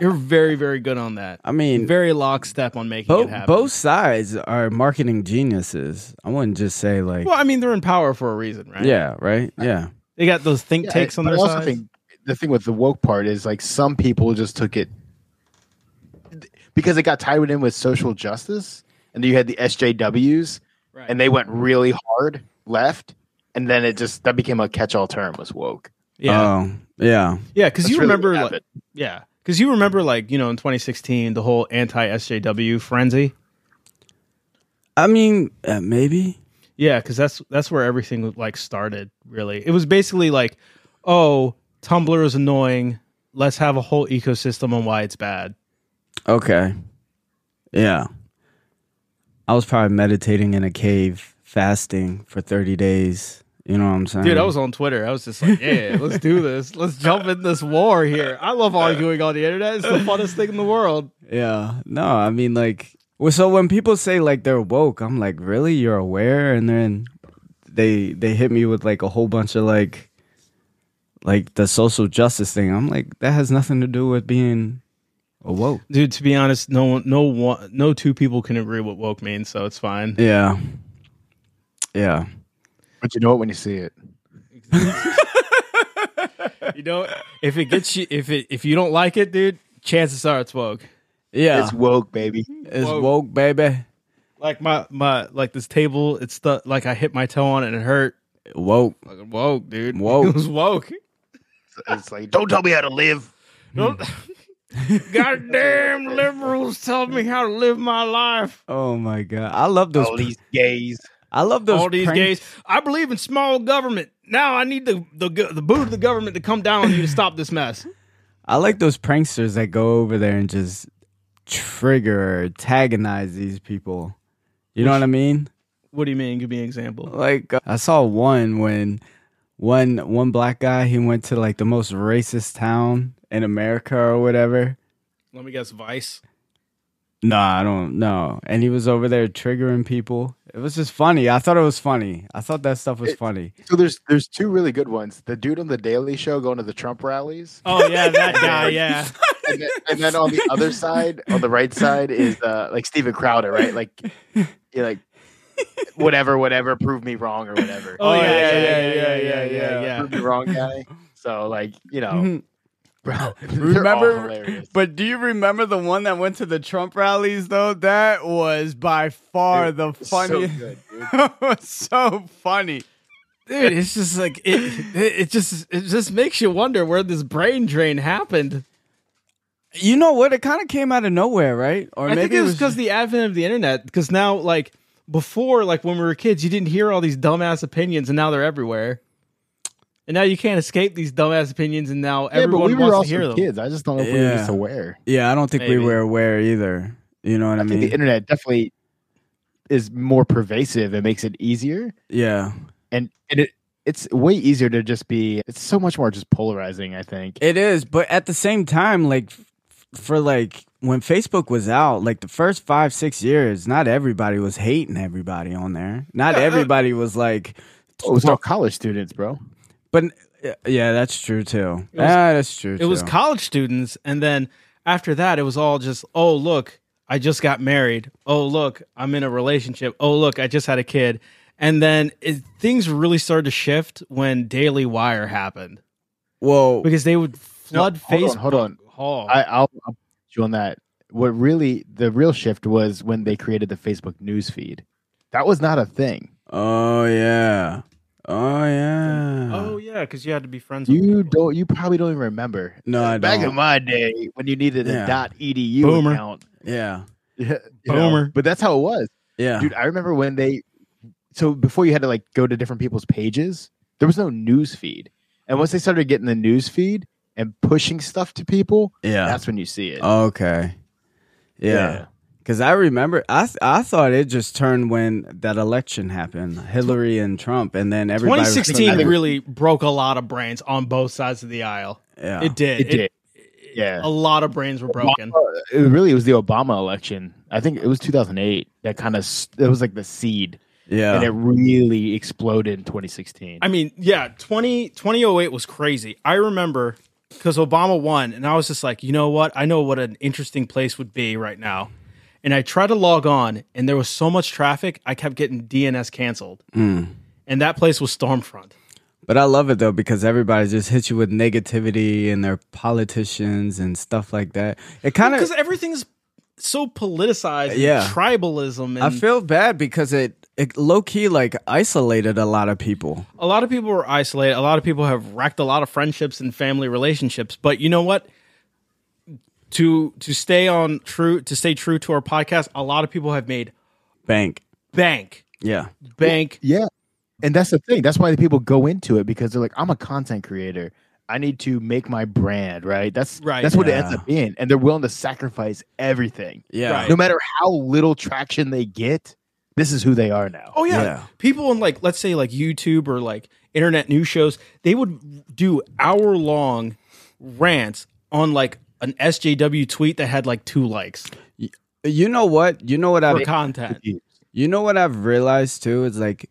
A: You're very, very good on that.
B: I mean,
A: Very lockstep on making it
B: both
A: happen.
B: both sides are marketing geniuses. I wouldn't just say like,
A: Well, I mean, they're in power for a reason, right?
B: yeah, right, yeah.
A: They got those think
C: Yeah,
A: takes on
C: but
A: their
C: I also
A: side.
C: think the thing with the woke part is like some people just took it because it got tied in with social justice, and you had the SJWs,
A: right.
C: and they went really hard left, and then it just that became a catch-all term was woke.
A: yeah,
B: Oh, yeah.
A: yeah, because
C: uh, That's
A: you
C: really what
A: remember, like,
C: happened.
A: yeah, because you remember, like you know, in 2016, the whole anti SJW frenzy.
B: I mean, uh, maybe.
A: Yeah, because that's that's where everything like started. Really, it was basically like, oh, Tumblr is annoying. Let's have a whole ecosystem on why it's bad.
B: Okay. Yeah. I was probably meditating in a cave, fasting for 30 days. You know what I'm saying?
A: Dude, I was on Twitter. I was just like, yeah, let's do this. Let's jump in this war here. I love arguing on the internet. It's the funnest thing in the world.
B: Yeah. No, I mean, like, well, so when people say like they're woke, I'm like, really? You're aware? And then they they hit me with like a whole bunch of like, like the social justice thing. I'm like, that has nothing to do with being awoke.
A: Dude, to be honest, no one, no one, no two people can agree what woke means, so it's fine.
B: Yeah. Yeah.
C: But you know it when you see it.
A: You know, if it gets you, if it, if you don't like it, dude, chances are it's woke.
B: Yeah.
C: It's woke, baby.
B: It's
A: woke.
B: woke, baby.
A: Like my my like this table, it's the like I hit my toe on it and it hurt.
B: Woke.
A: Fucking woke, dude.
B: Woke.
A: it was woke.
C: It's like don't tell me how to live.
B: Hmm.
A: Don't- Goddamn liberals tell me how to live my life.
B: Oh my god. I love those
C: All these gays.
B: I love those
A: All these
B: prank-
A: gays. I believe in small government. Now I need the the go- the boot of the government to come down on you to stop this mess.
B: I like those pranksters that go over there and just trigger or antagonize these people. You know what I mean?
A: What do you mean? Give me an example.
B: Like uh, I saw one when one one black guy he went to like the most racist town in America or whatever.
A: Let me guess. Vice.
B: Nah, I don't know. And he was over there triggering people. It was just funny. I thought it was funny. I thought that stuff was funny.
C: So there's there's two really good ones. The dude on the Daily Show going to the Trump rallies,
A: Oh yeah, that guy. Yeah.
C: and then, and then on the other side, on the right side is uh, like Steven Crowder, right? Like, you like whatever, whatever, prove me wrong or whatever.
A: Oh, yeah, yeah, yeah, yeah, yeah, yeah.
C: prove me wrong guy. So like you know,
B: Mhm.
A: Mm-hmm.
C: bro,
B: Remember-
C: Oh. hilarious.
B: But do you remember the one that went to the Trump rallies though? That was by far
C: Dude,
B: the
C: so
B: funniest.
C: good, dude.
B: It was so funny.
A: dude it's just like it, it it just it just makes you wonder where this brain drain happened
B: You know what? It kind of came out of nowhere, right? Or
A: i think it was because the advent of the internet because now like before like when we were kids you didn't hear all these dumbass opinions and now they're everywhere and now you can't escape these dumbass opinions and now
C: Yeah, but
A: everyone
C: we
A: wants
C: were
A: to
C: also
A: hear them
C: kids. I just don't know if we were
B: Yeah.
C: just aware.
B: yeah. I don't think
A: Maybe.
B: we were aware either. You know what I,
C: I think the
B: mean?
C: internet definitely is more pervasive. It makes it easier.
B: yeah,
C: and and it it's way easier to just be it's so much more just polarizing i think
B: it is. But at the same time, like f- for like when Facebook was out, like the first five six years, not everybody was hating everybody on there. Not
A: Yeah, uh,
B: everybody was like.
C: it was all college students bro
B: But yeah, that's true too.
A: was-
B: ah, that's true.
A: it was
B: too.
A: college students and then after that it was all just oh look i just got married oh look i'm in a relationship oh look i just had a kid and then it, things really started to shift when daily wire happened
B: well,
A: because they would flood
C: hold
A: Facebook.
C: on, hold on.
A: Hall.
C: I, i'll i'll put you on that what really the real shift was when they created the facebook news feed that was not a thing
B: oh yeah, oh yeah.
A: oh yeah, because you had to be friends.
C: you
A: with people.
C: don't you probably don't even remember
B: No, I
C: back in
B: don't.
C: my day when you needed
B: Yeah.
C: a dot edu
A: Boomer.
C: account
B: yeah,
C: you know,
A: Boomer.
C: but that's how it was
B: yeah.
C: dude i remember when they so before you had to like go to different people's pages there was no news feed and once they started getting the news feed and pushing stuff to people
B: Yeah.
C: that's when you see it
B: Okay. Yeah. Because I remember, I th- I thought it just turned when that election happened, Hillary and Trump, and then everybody. was-
A: 2016
C: I think-
A: really broke a lot of brains on both sides of the aisle.
B: yeah.
A: It did.
C: it did yeah
A: A lot of brains were broken.
C: it really was the obama election i think it was 2008 that kind of it was like the seed
B: yeah.
C: and it really exploded in 2016
A: I mean, yeah, 20, 2008 was crazy. I remember because Obama won, and I was just like, you know what? I know what an interesting place would be right now. And I tried to log on, and there was so much traffic, I kept getting DNS canceled.
B: Mm.
A: And that place was Stormfront.
B: But I love it though because everybody just hits you with negativity and their politicians and stuff like that. It kind
A: Because
B: of
A: everything's so politicized, and
B: Yeah.
A: tribalism. And
B: I feel bad because it, it low key like isolated a lot of people.
A: a lot of people were isolated. A lot of people have wrecked a lot of friendships and family relationships. But you know what? To to stay on true to stay true to our podcast, a lot of people have made
B: Bank.
A: bank,
B: Yeah.
A: bank.
C: Yeah. And that's the thing. That's why the people go into it because they're like, I'm a content creator. I need to make my brand, right? That's
A: Right.
C: That's what
B: Yeah.
C: it ends up being. And they're willing to sacrifice everything.
B: Yeah.
A: Right.
C: No matter how little traction they get, this is who they are now.
A: Oh yeah.
B: Yeah.
A: People in like let's say like YouTube or like internet news shows, they would do hour long rants on like an SJW tweet that had like two likes
B: You know what? You know what
A: for
B: I've
A: content.
B: You know what I've realized too is like,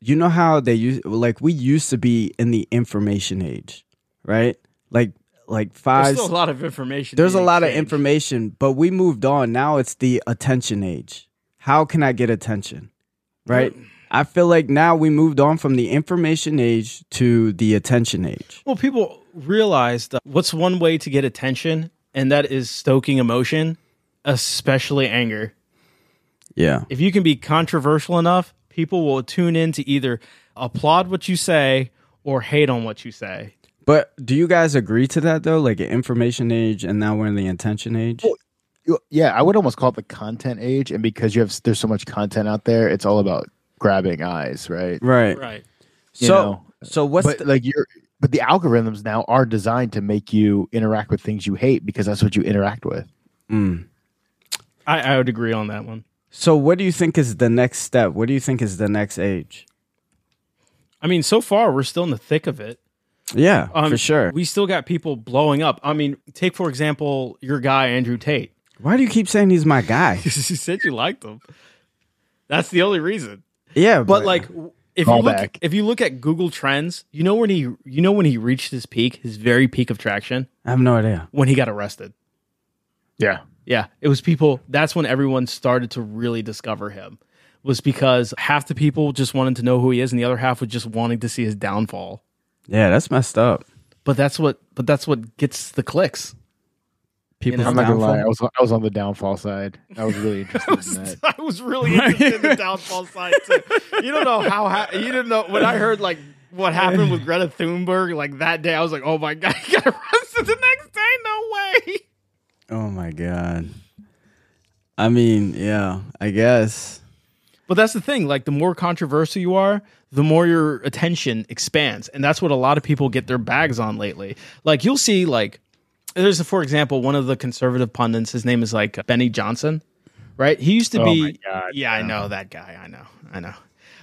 B: you know how they use like we used to be in the information age, right? Like like
A: There's
B: five.
A: still a lot of information.
B: There's a
A: being
B: lot of
A: exchanged.
B: information, but we moved on. Now it's the attention age. How can I get attention? Right? I feel like now we moved on from the information age to the attention age.
A: Well, people realize that what's one way to get attention, and that is stoking emotion, especially anger.
B: Yeah.
A: If you can be controversial enough, people will tune in to either applaud what you say or hate on what you say.
B: But do you guys agree to that though? Like information age and now we're in the attention age?
C: You- Yeah, I would almost call it the content age. And because you have there's so much content out there, it's all about grabbing eyes, right?
B: Right.
A: Right.
B: So
C: You know,
B: so what's
C: but
B: the,
C: like you're but the algorithms now are designed to make you interact with things you hate because that's what you interact with.
B: Mm.
A: I, I would agree on that one.
B: So, what do you think is the next step? What do you think is the next age?
A: I mean, so far we're still in the thick of it.
B: Yeah,
A: Um,
B: for sure.
A: We still got people blowing up. I mean, take for example your guy Andrew Tate.
B: Why do you keep saying he's my guy?
A: you said you liked him. That's the only reason.
B: Yeah,
A: But like, w- if you
C: Call
A: look,
C: back.
A: if you look at Google Trends, you know when he, you know when he reached his peak, his very peak of traction,
B: I have no idea.
A: when he got arrested.
C: Yeah.
A: Yeah, it was people. That's when everyone started to really discover him. Was because half the people just wanted to know who he is, and the other half was just wanting to see his downfall.
B: Yeah, that's messed up.
A: But that's what, but that's what gets the clicks.
B: People,
A: know,
C: I'm not gonna lie, I was I was on the downfall side. I was really interested in that.
A: I was really interested in the downfall side too. You don't know how ha- you didn't know when I heard like what happened with Greta Thunberg like that day. I was like, oh my god, he got arrested the next day. No way.
B: Oh my god. I mean, yeah, I guess.
A: But that's the thing. Like the more controversial you are, the more your attention expands, and that's what a lot of people get their bags on lately. Like you'll see, like there's for example one of the conservative pundits. His name is like Benny Johnson, right? He used to
C: Oh
A: be.
C: my God,
A: yeah, I know that guy. I know. I know.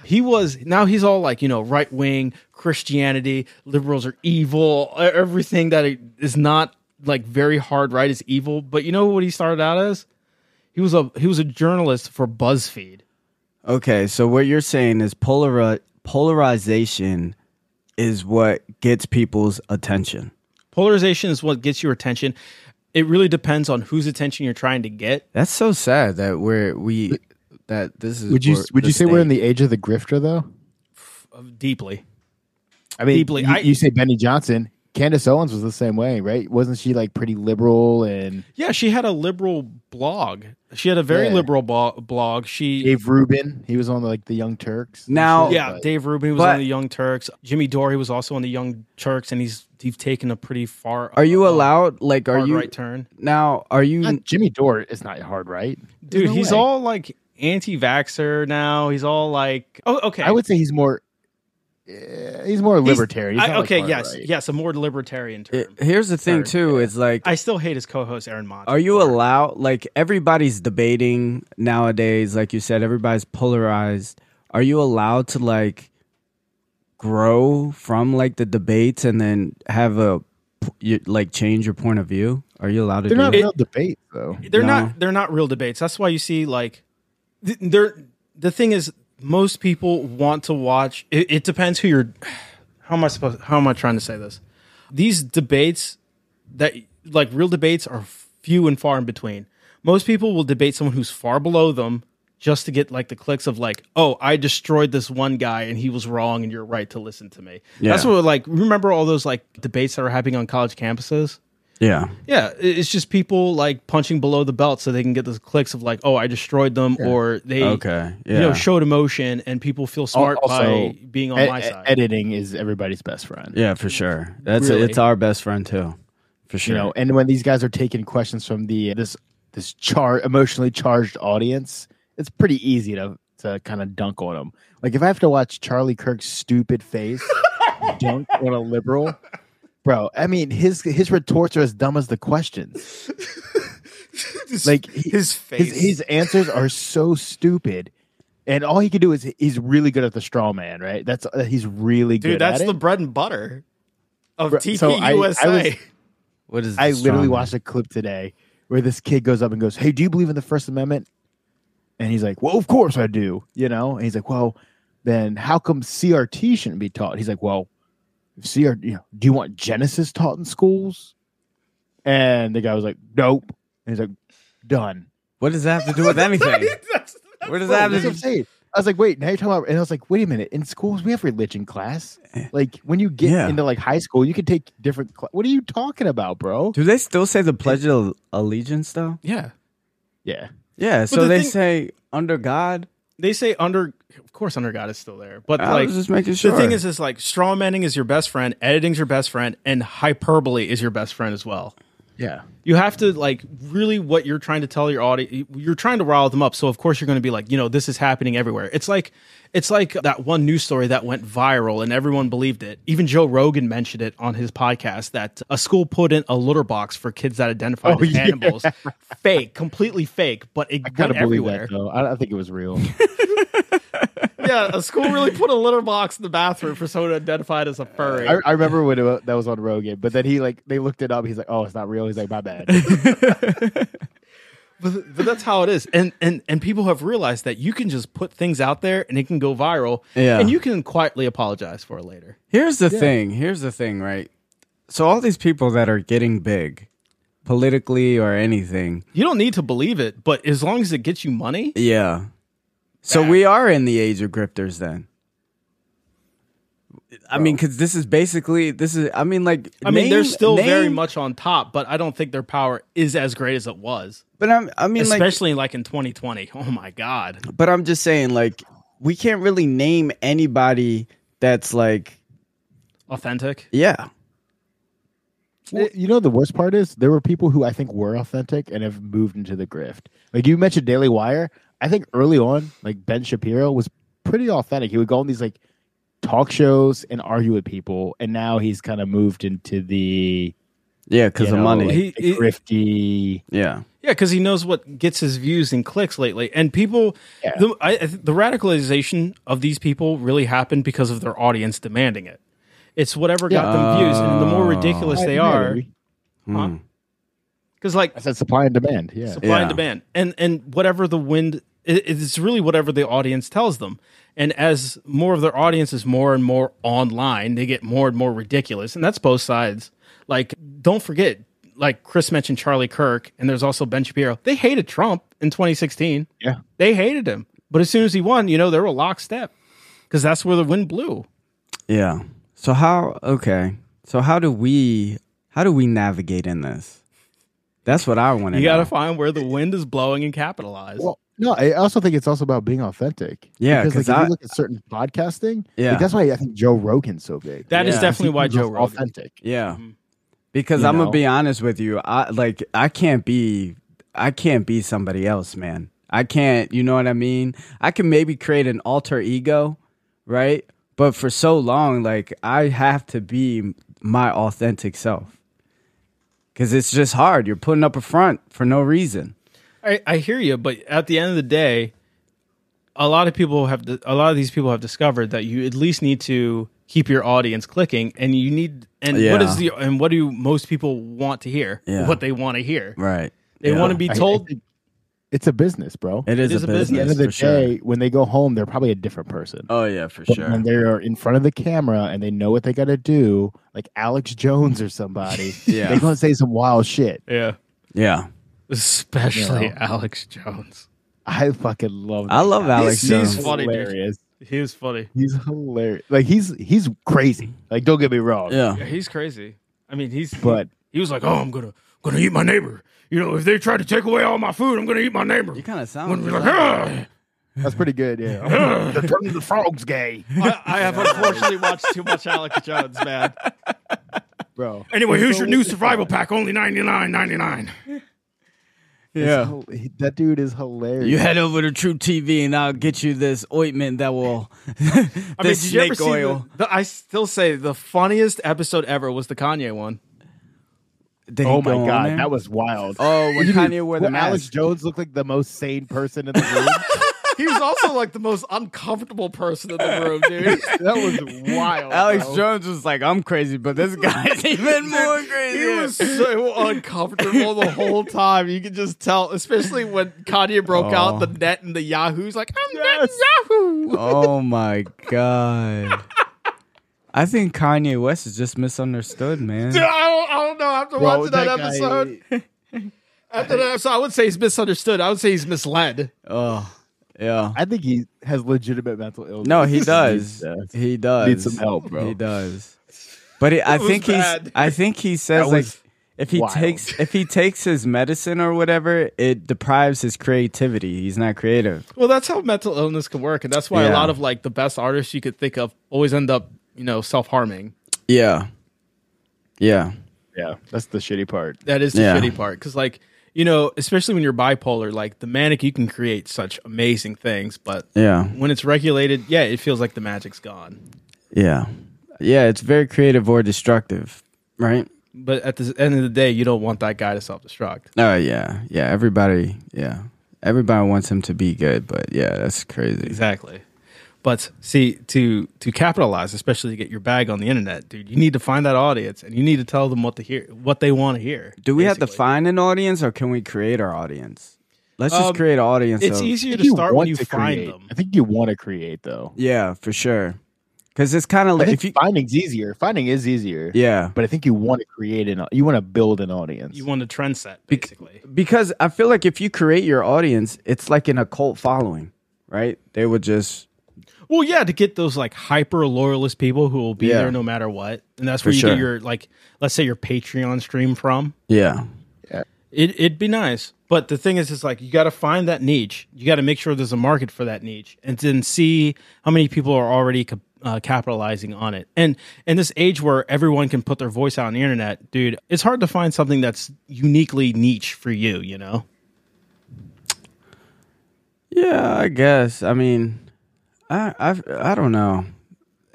A: He was now he's all like you know right wing Christianity, liberals are evil, e- everything that is not like very hard right is evil. But you know what he started out as? He was a he was a journalist for BuzzFeed.
B: Okay, so what you're saying is polar polarization is what gets people's attention.
A: polarization is what gets your attention it really depends on whose attention you're trying to get
B: That's so sad that we're we that this is
C: Would you
B: where
C: would
B: the
C: you say we're in
B: state-
C: the age of the grifter though?
A: uh, deeply
C: I mean,
A: Deeply,
C: you,
A: I-
C: you say Benny Johnson. Candace Owens was the same way, right? Wasn't she like pretty liberal and
A: yeah she had a liberal blog she had a very
C: Yeah.
A: liberal bo- blog she
C: Dave Rubin? He was on like the Young Turks. and
B: Now-
C: shit,
A: yeah
C: but-
A: dave rubin was
B: But-
A: on the young turks jimmy dory was also on the young turks and he's he's taken a pretty far
B: Are you
A: uh,
B: allowed like are
A: hard
B: you
A: right turn
B: now are you
C: Not Jimmy Dore is not hard, right?
A: dude
C: no
A: he's
C: way.
A: all like anti-vaxxer now he's all like oh okay
C: I would say he's more. eh, he's more libertarian. He's
A: I-
C: not, like,
A: okay
C: hard
A: yes
C: right.
A: yes a more libertarian term
B: It- here's the thing
A: Or-
B: too it's like
A: i still hate his co-host aaron Montour.
B: are you allowed like everybody's debating nowadays like you said everybody's polarized are you allowed to like grow from like the debates and then have a p- you, like change your point of view are you allowed to
C: They're
B: do
C: not
B: that?
C: real debate though.
A: they're
B: No.
A: not they're not real debates that's why you see like th- they're the thing is most people want to watch it, it depends who you're how am i supposed how am i trying to say this these debates that like real debates are few and far in between. Most people will debate someone who's far below them just to get like the clicks of like, oh, I destroyed this one guy and he was wrong and you're right to listen to me. That's
B: Yeah.
A: what like remember all those like debates that are happening on college campuses?
B: Yeah.
A: Yeah, i- it's just people like punching below the belt so they can get those clicks of like, oh, I destroyed them or they
B: Okay. Yeah.
A: you know showed emotion and people feel smart
C: also,
A: by being on
C: E-
A: my
C: e-
A: side.
C: Editing is everybody's best friend.
B: yeah, for sure. That's
A: Really?
B: it's our best friend too. For sure.
C: You know, and when these guys are taking questions from the uh, this this char emotionally charged audience, it's pretty easy to to kind of dunk on them. Like if I have to watch Charlie Kirk's stupid face dunk on a liberal, bro. I mean, his his retorts are as dumb as the questions. Like he-
A: his
C: his, his answers are so stupid. And all he can do is he's really good at the straw man, right? That's uh, he's really good
D: Dude, that's
C: at
D: the
C: it.
D: bread and butter of
C: Bro,
D: TP
C: so I- I
D: USA.
C: was-
B: what is
C: I
B: the
C: literally
B: strong-
C: watched a clip today where this kid goes up and goes, "Hey, do you believe in the First Amendment?" And he's like, "Well, of course I do." You know, and he's like, "Well, then how come CRT shouldn't be taught?" He's like, "Well, if CRT, you know, do you want Genesis taught in schools?" And the guy was like, "Nope." And he's like, "Done."
B: What does that have to do with anything? What does that
C: Bro, that's what
B: have
C: I'm
B: to
C: saying. I was like, wait, now you're talking about, and I was like, wait a minute. In schools, we have religion class. Like when you get
B: Eh. Yeah.
C: into like high school, you can take different. Cl- what are you talking about, bro?
B: Do they still say the Pledge of Allegiance though?
A: yeah.
C: Yeah,
B: Yeah. So
A: the
B: they
A: thing-
B: say under God.
A: They say under of course under God is still there. But
B: I
A: like
B: was just making
D: the
B: sure.
D: thing is, is like straw manning is your best friend, editing's your best friend, and
A: hyperbole is your best friend as well.
C: yeah.
A: You have to like really what you're trying to tell your audience. You're trying to rile them up, so of course you're going to be like, you know, this is happening everywhere. It's like, it's like that one news story that went viral and everyone believed it. Even Joe Rogan mentioned it on his podcast that a school put in a litter box for kids that identified
C: Oh,
A: as
C: yeah.
A: animals. Fake, completely fake, but it
C: I
A: went
C: kind of believe
A: everywhere.
C: that though. I, I think it was real.
A: yeah, a school really put a litter box in the bathroom for someone identified as a furry.
C: I, I remember when it, wa- that was on Rogan, but then he like they looked it up. He's like, oh, it's not real. He's like, my bad.
A: but, but that's how it is and and and people have realized that you can just put things out there and it can go viral
B: Yeah.
A: and you can quietly apologize for it later
B: Here's the thing. Here's the thing, right? So all these people that are getting big politically or anything.
A: you don't need to believe it but as long as it gets you money
B: Yeah. So we are in the age of grifters then. I mean, because this is basically this is. I mean, like
A: i mean they're
B: name-
A: still very
B: name-
A: much on top but i don't think their power is as great as it was
B: But I'm, I mean, like,
A: especially like in 2020 oh my god
B: but I'm just saying, like, we can't really name anybody that's like,
A: authentic
B: yeah,
C: Well, you know the worst part is there were people who I think were authentic and have moved into the grift. Like you mentioned Daily Wire. I think early on, like Ben Shapiro was pretty authentic. He would go on these like talk shows and argue with people, and now he's kind of moved into the
B: yeah, because
C: you
B: of
C: know,
B: money,
C: like,
A: He-
C: the
A: he-
C: grifty.
B: yeah,
A: Yeah, because he knows what gets his views and clicks lately, and people, the, I, I th- the radicalization of these people really happened because of their audience demanding it. It's whatever got them views, and the more ridiculous
C: Oh.
A: they are,
B: Hmm.
A: because like
C: I said supply and demand. Yeah,
A: supply
B: Yeah.
A: and demand, and and whatever the wind, it, it's really whatever the audience tells them. And as more of their audience is more and more online, they get more and more ridiculous, and that's both sides. Like, don't forget, like Chris mentioned, Charlie Kirk, and there's also Ben Shapiro. They hated Trump in 2016.
C: yeah.
A: They hated him. But as soon as he won, you know, they were lockstep because that's where the wind blew.
B: yeah. So how? Okay, so how do we? How do we navigate in this? That's what I want to.
A: You got
B: know.
A: to find where the wind is blowing and capitalize.
C: Well, no, I also think it's also about being authentic.
B: Yeah,
C: because
B: 'cause
C: like, if
B: I-
C: you look at certain podcasting,
B: Yeah.
C: like, that's why I think Joe Rogan's so big.
A: That is
B: Yeah.
A: definitely why
C: He's
A: Joe Rogan.
C: authentic.
B: Yeah.
A: Mm-hmm.
B: Because
C: You
B: I'm
C: know?
B: gonna be honest with you, I like I can't be I can't be somebody else, man. I can't, you know what I mean? I can maybe create an alter ego, right? But for so long like I have to be my authentic self. Cuz it's just hard. You're putting up a front for no reason.
A: I, I hear you, but at the end of the day, a lot of people have a lot of these people have discovered that you at least need to keep your audience clicking, and you need and what
B: Yeah.
A: is the and what do most people want to hear?
B: Yeah.
A: What they want to hear.
B: Right.
A: They want to be
C: I- I
A: told.
C: think- it's a business, bro.
B: It is, a business.
C: At the end of the
B: for sure.
C: day, when they go home, they're probably a different person.
B: Oh yeah, for
C: But
B: sure.
C: when they are in front of the camera and they know what they got to do, like Alex Jones or somebody,
B: Yeah.
C: they're going to say some wild shit.
E: Yeah.
B: yeah,
E: Especially
C: No.
E: Alex Jones.
C: I fucking love.
B: I
C: that
B: love
C: guy.
B: Alex
C: He's-
B: Jones.
C: He's
E: Funny dude.
C: hilarious.
E: He was funny.
C: He's hilarious. Like he's he's crazy. Like don't get me wrong.
B: yeah.
E: Yeah, he's crazy. I mean, he's
C: But
E: he was like, "Oh, I'm gonna gonna eat my neighbor. You know, if they try to take away all my food, I'm gonna eat my neighbor."
B: You kind of
E: Wouldn't
B: sound.
E: be
B: like
E: like, "Ah."
C: that's pretty good. Yeah. the turn of the frogs gay,
E: I, I have unfortunately watched too much Alex Jones, man.
C: bro.
E: Anyway, here's your new survival pack, only ninety nine ninety nine.
C: It's hil- That dude is hilarious.
B: You head over to True TV and I'll get you this ointment that will. this
A: I mean, did you ever
B: snake
A: see the-
B: oil.
A: the- I still say the funniest episode ever was the Kanye one.
B: Did he
C: Oh my
B: go on
C: god,
B: there?
C: that was wild.
B: Oh, when
C: You-
B: Kanye wore the
C: when Alex
B: mask.
C: Jones looked like the most sane person in the room.
A: He was also like the most uncomfortable person in the room, dude.
C: that was wild.
B: Alex
C: bro.
B: Jones was like, "I'm crazy, but this guy's even more crazy."
A: He was so uncomfortable the whole time. You could just tell, especially when Kanye broke out the net and the Yahoo's like, I'm
C: Yes.
A: not Yahoo.
B: oh my god. I think Kanye West is just misunderstood, man.
A: Dude, I don't, I don't know. After
C: Bro,
A: watching that,
C: guy-
A: episode, after that episode, I would say he's misunderstood. I would say he's misled.
B: Oh, yeah.
C: I think he has legitimate mental illness.
B: No, he does.
C: Needs, uh,
B: He does.
C: needs some help, bro.
B: He does. But it, I
A: was
B: think he's.
A: bad.
B: I think he says
C: That
B: like
C: was
B: if he
C: wild.
B: takes if he takes his medicine or whatever, it deprives his creativity. He's not creative.
A: Well, that's how mental illness can work, and that's why
B: Yeah.
A: a lot of like the best artists you could think of always end up, you know, self harming.
B: Yeah. Yeah.
C: Yeah, that's the shitty part.
A: That is the
B: Yeah.
A: shitty part, because like you know, especially when you're bipolar, like the manic, you can create such amazing things, but
B: Yeah.
A: when it's regulated, yeah, it feels like the magic's gone.
B: Yeah. Yeah. It's very creative or destructive, right?
A: But at the end of the day, you don't want that guy to self destruct.
B: Oh yeah, yeah. Everybody, yeah. Everybody wants him to be good, but yeah, that's crazy.
A: Exactly. But see, to to capitalize, especially to get your bag on the internet, dude, you need to find that audience and you need to tell them what to hear, what they want to hear.
B: Do we have to
A: basically.
B: find an audience, or can we create our audience? Let's just
A: Um,
B: create an audience.
A: It's
B: of-
C: I
A: easier
C: think
A: to start when
C: want
A: you
C: to
A: find
C: create.
A: them.
C: I think you want to create though.
B: Yeah, for sure. Because it's kind of
C: I
B: like
C: think
B: if you,
C: finding's easier. Finding is easier.
B: yeah,
C: But I think you want to create an you want to build an audience.
A: You want to trend set, basically.
B: because I feel like if you create your audience, it's like an occult following, right? They would just
A: Well, yeah, to get those like hyper loyalist people who will be
B: Yeah.
A: there no matter what, and that's where
B: For
A: you
B: sure.
A: get your like, let's say your Patreon stream from.
B: yeah,
A: It, it'd be nice, but the thing is, it's like you got to find that niche. You got to make sure there's a market for that niche, and then see how many people are already cap- uh, capitalizing on it. And in this age where everyone can put their voice out on the internet, dude, it's hard to find something that's uniquely niche for you. You know,
B: yeah. I guess. I mean, I I I don't know.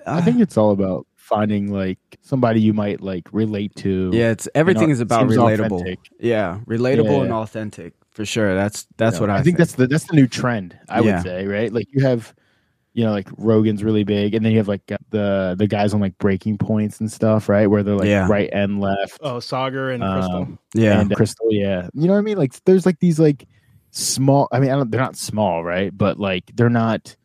C: I think it's all about finding like somebody you might like relate to.
B: Yeah, it's everything
C: it
B: is about
C: seems
B: relatable.
C: authentic.
B: Yeah, relatable
C: Yeah.
B: and authentic for sure. That's that's
C: Yeah.
B: what I,
C: think, that's the that's the new trend. I
B: Yeah.
C: would say, right? Like you have, you know, like Rogan's really big, and then you have like uh, the the guys on like Breaking Points and stuff, right? Where they're like
B: Yeah.
C: right and left,
A: oh, Sagar and
C: Um,
A: Crystal.
B: yeah.
C: and Crystal, yeah. You know what I mean? Like there's like these like small. I mean, I don't, they're not small, right? But like they're not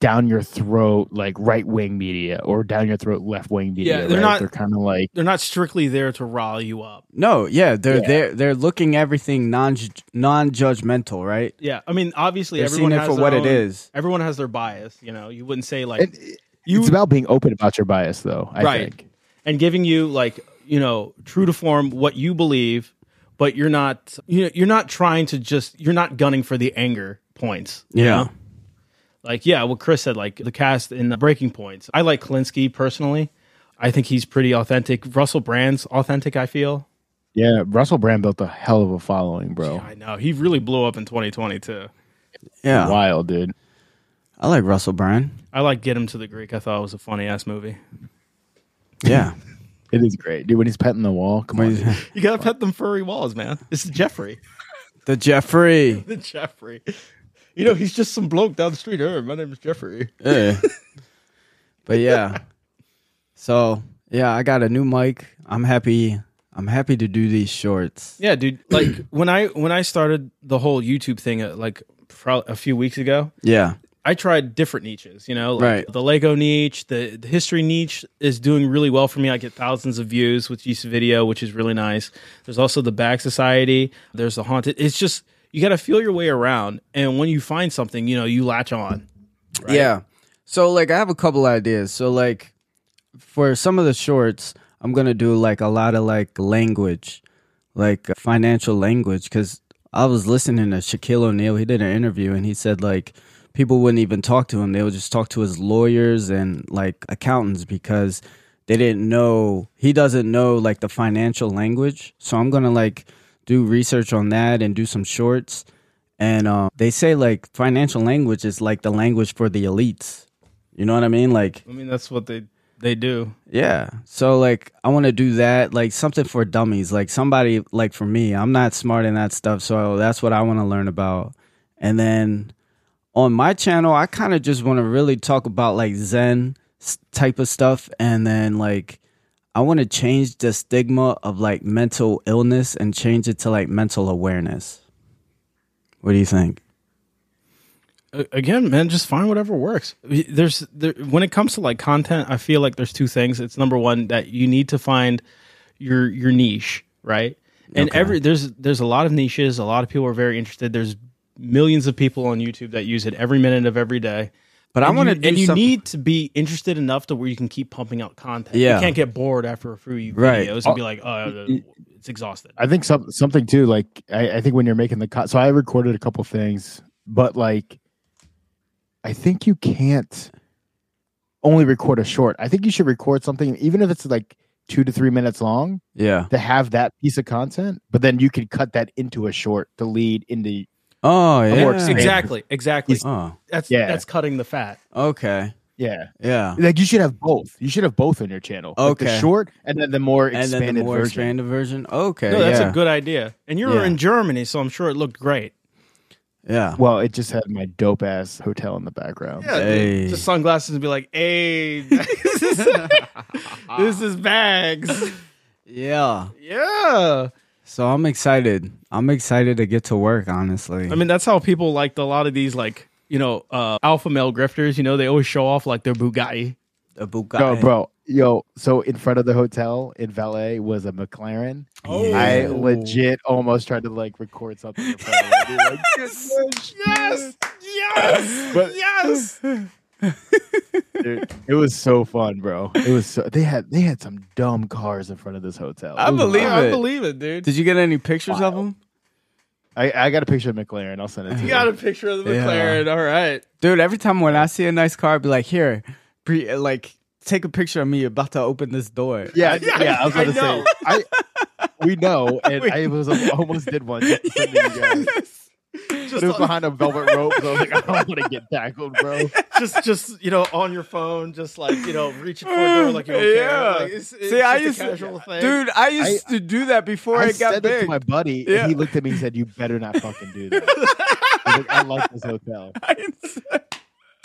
C: down your throat like right wing media or down your throat left wing media.
A: Yeah, they're
C: right?
A: not-
C: They're kind of like
A: They're not strictly there to rile you up.
B: No, yeah, they're
C: Yeah.
B: they're they're looking everything non non judgmental, right?
A: Yeah, I mean, obviously,
B: They're
A: everyone
B: seeing it
A: has
B: for
A: their
B: what it
A: own-
B: is.
A: Everyone has their bias. You know, you wouldn't say like
C: it,
A: you
C: it's about being open about your bias, though. I
A: Right.
C: think.
A: and giving you like you know true to form what you believe but you're not you know you're not trying to just you're not gunning for the anger points you
B: Yeah.
A: know? like yeah what chris said like the cast in the breaking points i like klinsky personally i think he's pretty authentic russell brand's authentic i feel
C: Yeah, Russell Brand built a hell of a following, bro.
A: i know he really blew up in 2020 too
B: Yeah,
C: Wild, dude.
B: I like Russell Brand.
A: i like get him to the greek i thought it was a funny ass movie
B: Yeah,
C: It is great, dude. When he's petting the wall, come on. dude.
A: you gotta pet them furry walls man this is jeffrey
B: the Jeffrey.
A: the jeffrey you know he's just some bloke down the street here my name is jeffrey
B: Eh. but yeah, so yeah, I got a new mic. I'm happy I'm happy to do these shorts.
A: Yeah, dude. Like when I when I started the whole YouTube thing, uh, like pro- a few weeks ago,
B: Yeah.
A: I tried different niches. You know, like
B: Right.
A: the Lego niche, the, the history niche is doing really well for me. I get thousands of views with each video, which is really nice. There's also the Bag Society. There's the haunted. It's just you got to feel your way around, and when you find something, you know, you latch on.
B: Yeah. So like I have a couple ideas. So like for some of the shorts, I'm going to do like a lot of like language, like uh, financial language cuz I was listening to Shaquille O'Neal. He did an interview and he said like people wouldn't even talk to him. They would just talk to his lawyers and like accountants because they didn't know he doesn't know like the financial language. So I'm going to like do research on that and do some shorts. And uh, they say like financial language is like the language for the elites. You know what I mean? Like,
A: I mean, that's what they they do.
B: yeah. So like, I want to do that, like something for dummies. Like somebody, like for me, I'm not smart in that stuff, so that's what I want to learn about. And then on my channel, I kind of just want to really talk about like Zen s- type of stuff, and then like. I want to change the stigma of like mental illness and change it to like mental awareness. What do you think?
A: A- again man just find whatever works there's there, when it comes to like content i feel like there's two things it's number one that you need to find your your niche right and every there's there's a lot of niches a lot of people are very interested there's millions of people on youtube that use it every minute of every day
B: But I
A: And
B: want to
A: you-
B: do
A: and you
B: something-
A: need to be interested enough to where you can keep pumping out content
B: Yeah.
A: you can't get bored after a few videos
B: Right.
A: and be like oh it's exhausted
C: I think some, something too. Like I, I think when you're making the cut, so I recorded a couple things, but like I think you can't only record a short. I think you should record something, even if it's like two to three minutes long,
B: Yeah.
C: to have that piece of content. But then you could cut that into a short to lead into.
B: Oh yeah.
C: more expanded.
A: exactly exactly
B: Oh,
A: that's
C: Yeah.
A: that's cutting the fat
B: okay.
C: Yeah,
B: Yeah.
C: like you should have both. You should have both on your channel. Like
B: Okay.
C: the short and then the more
B: And
C: expanded
B: then the more
C: version.
B: expanded version. Okay.
A: no that's
B: yeah.
A: a good idea and you were
B: Yeah.
A: in germany so i'm sure it looked great
B: yeah.
C: Well, it just had my dope ass hotel in the background.
A: Yeah,
B: Hey.
A: dude, just sunglasses and be like, "Hey, this is, this is bags."
B: Yeah.
A: Yeah,
B: So I'm excited. I'm excited to get to work. Honestly.
A: I mean that's how people like a lot of these like you know uh, alpha male grifters. You know they always show off like their Bugatti.
B: a
C: No,
B: Bugatti.
C: bro. Yo, so in front of the hotel in Valet was a McLaren.
B: Oh.
C: I
B: Ooh.
C: legit almost tried to like record something. in front of it. Be like,
A: Yes, yes,
C: But-
A: yes.
C: dude, it was so fun, bro. It was so they had they had some dumb cars in front of this hotel.
B: I
C: It was
B: believe
C: wild.
A: I
B: it.
A: believe it, dude.
B: Did you get any pictures of them,
C: I, I got a picture of McLaren. I'll send it to
A: You
C: you.
A: got a picture of the McLaren. All right.
B: dude? Every time when I see a nice car, I'd be like, here, pre- like, take a picture of me about to open this door.
C: yeah, yeah, I was
A: I
C: gonna
A: know.
C: say I we know, and I was almost did one. Just to send to you guys. But
A: Just,
C: it was behind a velvet rope, so I was like, I don't want to get tackled, bro.
A: just, just you know, on your phone, just like you know, reaching for a door like you don't care.
B: Yeah.
A: Like, it's, it's
B: See, I
A: just
B: used,
A: a casual thing.
B: dude, I used to do that before
C: I
B: it got
C: said
B: big.
C: it to my buddy,
B: Yeah.
C: and he looked at me and said, "You better not fucking do that." I, was like, I like this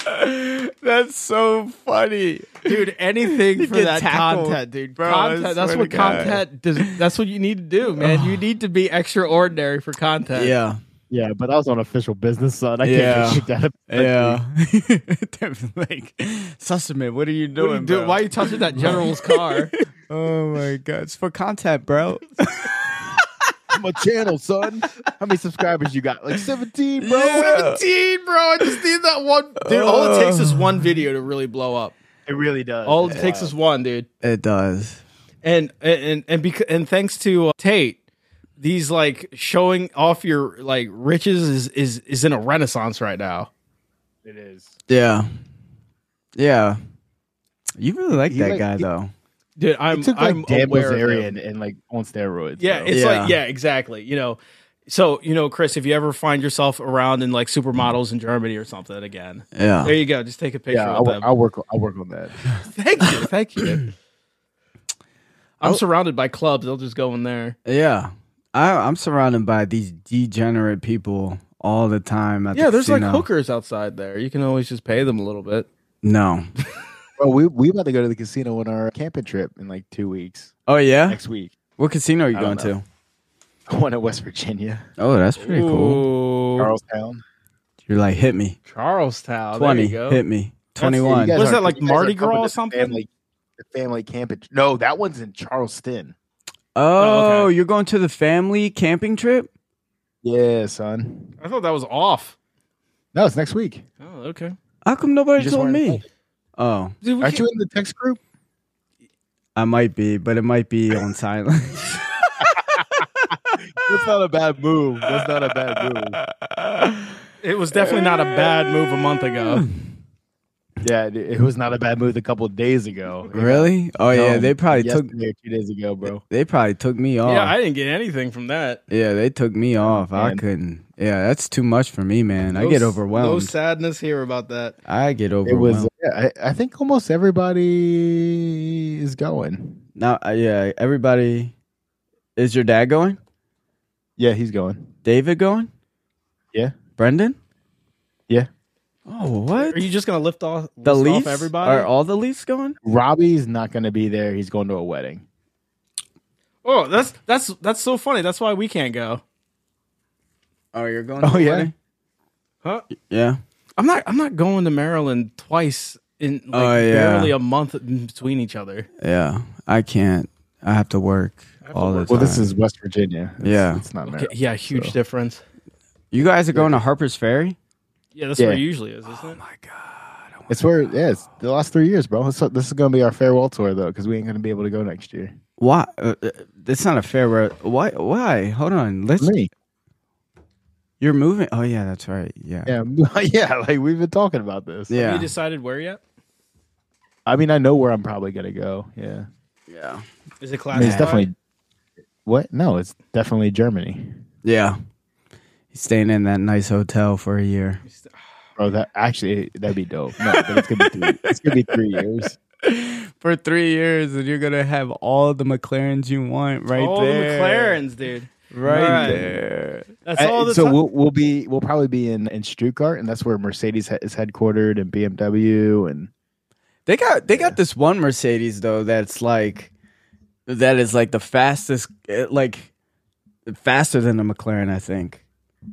C: hotel.
B: That's so funny.
A: dude. Anything for
B: get
A: that
B: tackled,
A: content, dude.
B: bro, I
A: content, that's
B: swear
A: what
B: to God.
A: content does. That's what you need to do, man. you need to be extraordinary for content.
B: Yeah.
C: Yeah, but I was on official business, son. I
B: Yeah.
C: can't get kicked out of
B: Yeah. like, Sussman, what are you
A: What
B: doing?
A: are you doing?
B: bro?
A: Why are you touching that general's car?
B: oh my God. It's for content, bro.
C: my channel, son. How many subscribers you got? Like seventeen, bro.
A: Seventeen, bro. I just need that one. Dude, all it
B: Uh.
A: takes is one video to really blow up.
C: It really does.
A: All it takes is one, dude.
B: It does.
A: and and and because and thanks to uh, Tate, these like showing off your like riches is is is in a renaissance right now.
C: it is.
B: Yeah. Yeah. You really like
C: He
B: that
C: like-
B: guy,
C: he-
B: though.
A: Dude, I'm
C: It took like
A: I'm
C: Dan
A: aware of them.
C: Bilzerian and like on steroids.
A: Yeah,
C: bro.
A: it's like
B: Yeah.
A: yeah, exactly. You know, so you know, Chris, if you ever find yourself around in like supermodels in Germany or something again, there
B: Yeah.
A: you go. Just take a picture
C: yeah. I'll,
A: of
C: wo-
A: them.
C: I'll work. I'll work on that.
A: thank you, thank you. I'm surrounded by clubs. They'll just go in there.
B: Yeah. I, I'm surrounded by these degenerate people all the time. At
A: Yeah,
B: the
A: there's like
B: casino.
A: hookers outside there. You can always just pay them a little bit.
B: No.
C: Bro, we we about to go to the casino on our camping trip in like two weeks.
A: Ah.
B: Oh, yeah?
C: Next week.
B: What casino are you
C: I
B: going
C: don't
B: to?
C: One in West Virginia,
B: Oh, that's pretty cool.
F: Ooh,
C: Charlestown.
B: You're like, hit me.
A: Oh,
F: Charlestown. there you
B: 20,
F: go.
B: hit me.
A: That's- yeah, you
B: 21.
A: guys- Was that
C: aren't-
A: like
C: you guys
A: Mardi
C: aren't coming
A: Gras
C: to
A: or
C: the
A: something?
C: Family, the family camp. At, no, that one's in Charleston.
B: oh,
A: Oh, okay.
B: you're going to the family camping trip?
C: Yeah, son.
A: I thought that was off.
C: No, it's next week.
A: Oh, okay.
B: How come
C: You
B: nobody
C: just
B: told
C: weren't
B: me?
C: invited.
B: Oh,
A: Dude, we
C: Aren't
A: can't-
C: you in the text group?
B: I might be, but it might be on silent.
C: That's not a bad move. That's not a bad move.
A: it was definitely not a bad move a month ago.
C: Yeah, it, it was not a bad move a couple of days ago.
B: really? Oh yeah,
C: No,
B: they probably took
C: yesterday or two days ago, bro.
B: they probably took me
C: Oh.
B: off.
A: Yeah,
B: Yeah,
A: I didn't get anything from that.
B: they took me off. I
C: man.
B: couldn't. Yeah, that's too much for me, man. I
F: No
B: get
F: s- No
B: overwhelmed.
F: sadness here about that.
B: I get
C: It
B: overwhelmed.
C: was. Yeah, I, I think almost everybody is going.
B: now, uh, yeah, everybody. Is your dad going?
C: Yeah, he's going.
B: David going?
C: Yeah.
B: Brendan?
C: Yeah.
B: Oh, what?
A: Are you just gonna lift off
B: the
A: list
B: Leafs?
A: off everybody?
B: Are all the Leafs going?
C: Robbie's not going to be there. He's going to a wedding.
A: oh, that's that's that's so funny. That's why we can't go.
B: Oh, you're going.
C: Oh,
B: to the
C: yeah?
B: wedding?
A: Huh?
B: Yeah.
A: I'm not. I'm not going to Maryland twice in like
B: Oh, yeah.
A: barely a month in between each other.
B: Yeah. I can't. I have to work all the time.
C: Well, this is West Virginia. It's-
B: Yeah.
C: it's not.
A: Okay,
C: Maryland.
A: yeah, huge
C: So-
A: difference.
B: You guys are going to Harper's Ferry?
A: Yeah, that's
C: Yeah.
A: where it usually is, isn't it?
B: my god.
C: It's where. Yeah, it's the last three years, bro. So this is going to be our farewell tour though, because we ain't going to be able to go next year.
B: Why? Uh, uh, it's not a fair word. Why? Why? Hold on. Let's.
C: Me.
B: You're moving. Oh yeah, that's right. Yeah.
C: Yeah, yeah. Like we've been talking about this.
B: Yeah.
A: You decided where yet?
C: I mean, I know where I'm probably going to go. Yeah.
B: Yeah.
A: Is it
C: I mean,
A: classified?
C: it's definitely. What? No, it's definitely Germany.
B: Yeah. He's staying in that nice hotel for a year.
C: Bro, that actually that'd be dope. No, but it's gonna be three, it's gonna be three years.
B: For three years, and you're gonna have all the McLarens you want right
A: all
B: there.
A: the McLarens, dude.
B: Right,
A: All right.
B: there.
A: That's all
C: Uh,
A: the
C: so
A: time.
C: we'll we'll be we'll probably be in in Stuttgart, and that's where Mercedes he- is headquartered, and BMW, and
B: They got they got this one Mercedes though that's like that is like the fastest it, like faster than the McLaren I think.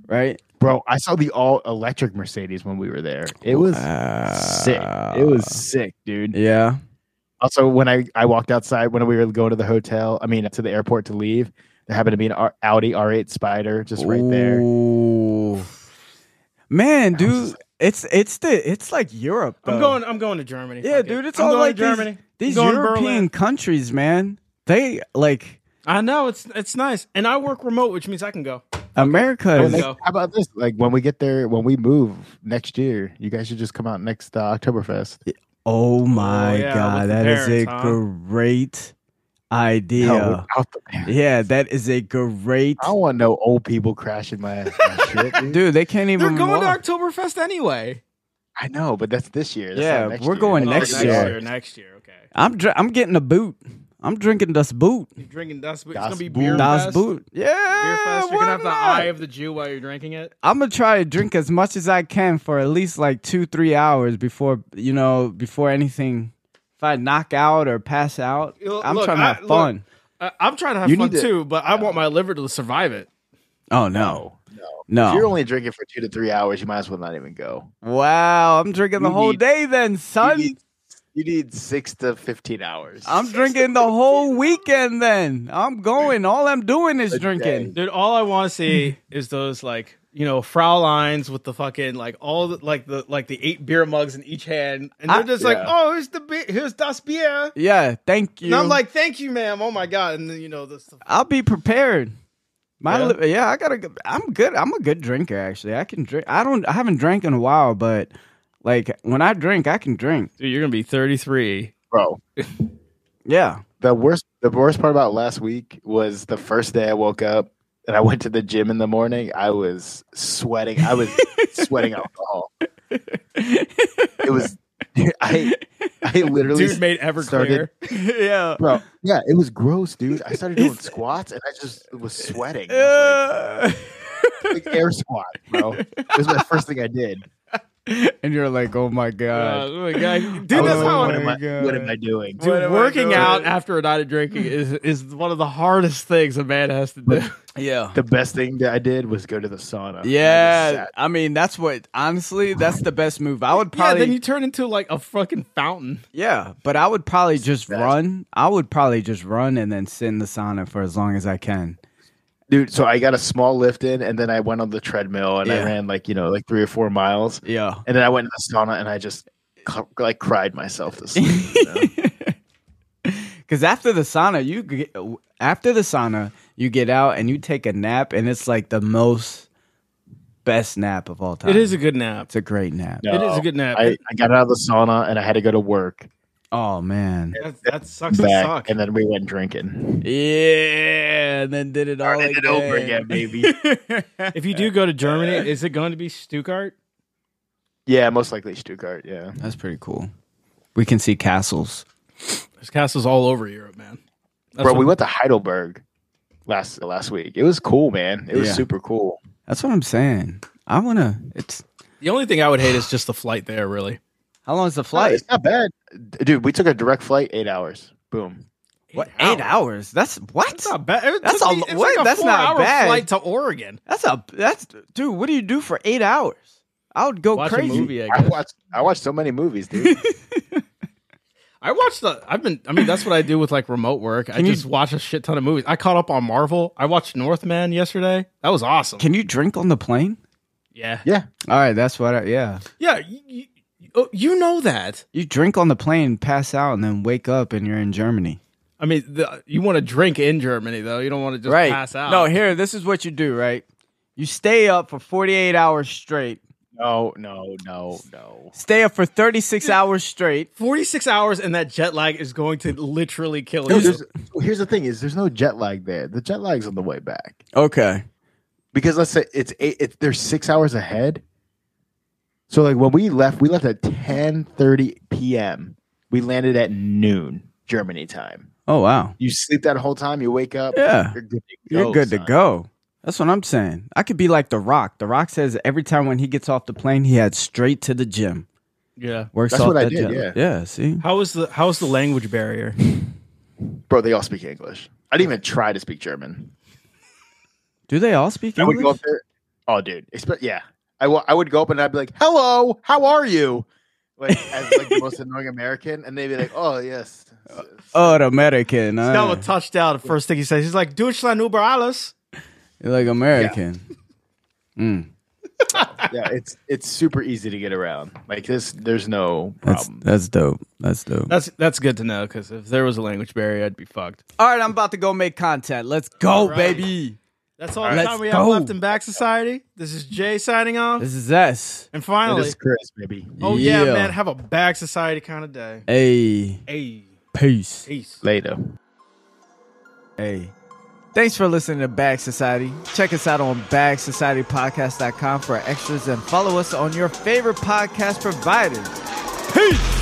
B: Right?
C: bro, I saw the all electric Mercedes when we were there. It was sick. It was sick, dude.
B: Yeah.
C: Also, when I I walked outside when we were going to the hotel, I mean to the airport to leave, there happened to be an R- Audi R8 Spider just right there.
B: Ooh. Man,
C: I was
B: dude,
C: just
B: it's it's the it's like Europe.
A: I'm
B: though.
A: going. I'm going to Germany.
B: Yeah,
A: Fuck it.
B: dude, it's
A: I'm
B: all
A: going
B: like
A: to Germany.
B: these, these
A: I'm going to
B: European
A: Berlin.
B: countries, man. They like
A: I know it's it's nice, and I work remote, which means I can go.
B: America.
C: Oh,
B: Is,
C: like,
A: go.
C: how about this? Like when we get there, when we move next year, you guys should just come out next uh, Oktoberfest.
B: oh my
A: Oh, yeah,
B: god,
A: with the
B: that is
A: parents,
B: a
A: huh?
B: great idea.
C: No, without the parents.
B: Yeah, that is a great
C: I don't want no old people crashing my ass. and shit, dude.
B: dude. They can't
A: They're
B: even.
A: going
B: walk.
A: to Oktoberfest anyway.
C: I know, but that's this year. That's
B: Yeah,
C: not next
B: we're
C: year.
B: going
A: Oh,
B: next year.
A: Next year. Next year. Okay.
B: I'm dr- I'm getting a boot. I'm drinking das boot.
A: You're drinking das boot. It's
C: Das
A: gonna be
C: Boot.
A: beer
B: Das
A: fest.
B: boot. Yeah,
A: Beer fest. You're
B: why
A: gonna have the
B: not?
A: eye of the Jew while you're drinking it.
B: I'm gonna try to drink as much as I can for at least like two, three hours before you know before anything. If I knock out or pass out,
A: Yo,
B: I'm
A: look,
B: trying to
A: I-
B: have fun.
A: I, I'm trying to have
C: You
A: fun
C: need to-
A: too, but I want my liver to survive it.
B: oh no,
C: If you're
B: no!
C: only drinking for two to three hours, you might as well not even go.
B: Wow, I'm drinking the
C: You
B: whole
C: need-
B: day then,
C: You
B: son.
C: need, you need six to fifteen hours.
B: I'm drinking the whole weekend then. I'm going. All I'm doing is
C: A
B: drinking.
A: Dude, all I want to see is those like you know Fraulines with the fucking like all the, like the like the eight beer mugs in each hand, and they're
B: I-
A: just like,
C: Yeah.
A: oh, here's the beer, here's das Bier,
B: Yeah, thank you.
A: and I'm like, thank you, ma'am. Oh my god, and then you know this.
B: I'll be prepared. My
C: Yeah?
B: yeah. yeah, I gotta. go- I'm good. I'm a good drinker actually. I can drink. I don't. I haven't drank in a while, but like when I drink, I can drink.
A: Dude, you're gonna be 33.
C: bro.
B: Yeah.
C: The worst, the worst part about last week was the first day I woke up and I went to the gym in the morning. I was sweating. I was sweating alcohol. It was. I I literally
A: Dude made Everclear.
C: started-
B: yeah.
C: bro. Yeah, it was gross, dude. I started doing squats and I just was sweating.
A: Uh,
C: I was like, like air squat, bro. It was my first thing I did.
B: and you're like, oh my god.
G: oh my God. Dude,
B: I
G: that's
B: was
G: how
C: what,
B: Oh
G: I,
C: am I,
B: my God.
C: what am I doing?
G: dude,
B: What am I
G: working
B: doing?
G: out after a night of drinking is, is one of the hardest things a man has to do.
B: yeah.
C: The best thing that I did was go to the sauna. I just
B: Yeah,
C: sat.
B: I mean that's what honestly that's the best move. I would
G: Yeah,
B: probably
G: then you turn into like a fucking fountain.
B: Yeah, but I would probably just
C: best.
B: run. I would probably just run and then sit in the sauna for as long as I can.
C: dude. So I got a small lift in, and then I went on the treadmill and
B: Yeah.
C: I ran like you know like three or four miles,
B: Yeah.
C: and then I went to the sauna and I just cl- like cried myself to sleep. you know?
B: Cuz after the sauna, you get, after the sauna, you get out and you take a nap and it's like the most best nap of all time.
A: It is a good nap.
B: it's a great nap.
C: No,
A: It is a good nap.
C: I, I got out of the sauna and I had to go to work
B: Oh man.
A: That, that sucks to
C: back,
A: suck.
C: and then we went drinking.
B: Yeah, and then did it all
C: Started it over again, baby.
A: if you do go to Germany, is it going to be Stuttgart?
C: yeah, most likely Stuttgart. Yeah,
B: That's pretty cool. We can see castles.
A: There's castles all over Europe, man. That's
C: bro,
A: what-
C: we went to Heidelberg last last week. It was cool, man. It was
B: Yeah.
C: super cool.
B: That's what I'm saying. I want to it's
A: the only thing I would hate is just the flight there, really.
B: How long is the
C: No,
B: flight?
C: it's not bad, D- dude. We took a direct flight, eight hours. Boom.
B: What? 8 hours. That's what?
A: That's not bad. It
B: That's
A: took
B: a-
A: me- it's
B: wait,
A: like a
B: that's not
A: four-hour
B: bad.
A: flight to Oregon.
B: That's a that's dude. What do you do for eight hours? I would go
G: Watch a
B: crazy.
G: movie, I
C: I
G: guess.
C: watched I watched so many movies, dude.
A: I watched the. I've been. I mean, that's what I do with like remote work. I
B: Can you-
A: just watch a shit ton of movies. I caught up on Marvel. I watched Northman yesterday. That was awesome.
B: Can you drink on the plane?
A: yeah.
C: Yeah.
B: All right, that's what. I, yeah,
A: Yeah. You, you, oh, you know that.
B: you drink on the plane, pass out, and then wake up, and you're in Germany.
A: I mean, the, you want to drink in Germany though. You don't want to just
B: right?
A: pass out.
B: No, here, this is what you do. Right, you stay up for 48 hours straight.
C: No, no, no, no.
B: Stay up for 36 hours straight.
A: 46 hours and that jet lag is going to literally kill you.
C: Dude, there's- here's the thing: is there's no jet lag there. The jet lag's on the way back
B: Okay.
C: because let's say it's eight. It's they're six hours ahead. So like when we left, we left at ten thirty p.m. We landed at noon Germany time.
B: Oh wow,
C: You sleep that whole time. You wake up.
B: Yeah.
C: you're good. To go,
B: you're good to
C: son.
B: go. That's what I'm saying. I could be like The Rock. The Rock says every time when he gets off the plane, he heads straight to the gym.
A: yeah.
B: Works
C: That's
B: off
C: what I
B: that
C: did,
B: gym.
C: yeah.
B: Yeah. See.
A: How is the how's the language barrier?
C: bro. They all speak English. I didn't even try to speak German.
B: Do they all speak
C: I would go
B: English?
C: up there. Oh, dude. Expe- yeah. I wa- I would go up and I'd be like, hello, how are you? Like, as like the most annoying American. And they'd be like, oh, yes.
B: Oh, the American.
A: That
B: huh?
A: was touchdown. The first thing he says, he's like Deutschland über alles.
B: You're like American. Mm,
C: yeah, it's it's super easy to get around. Like, this, there's no
B: that's
C: problem.
B: that's dope. That's dope.
A: That's that's good to know because if there was a language barrier, I'd be fucked.
B: All right, I'm about to go make content. Let's go, baby.
A: That's all
C: All
A: the
B: right.
A: time we
B: Let's
A: have
B: go.
A: left in Back Society. This is Jay signing off.
B: This is us.
A: And
C: And
A: finally,
C: it's Chris, baby.
A: oh yeah, man, have a Back Society kind of day.
B: Hey,
A: Hey,
B: peace.
A: peace.
C: Later.
B: Hey. Thanks for listening to Bag Society. Check us out on bagsocietypodcast.com for extras and follow us on your favorite podcast providers. Peace.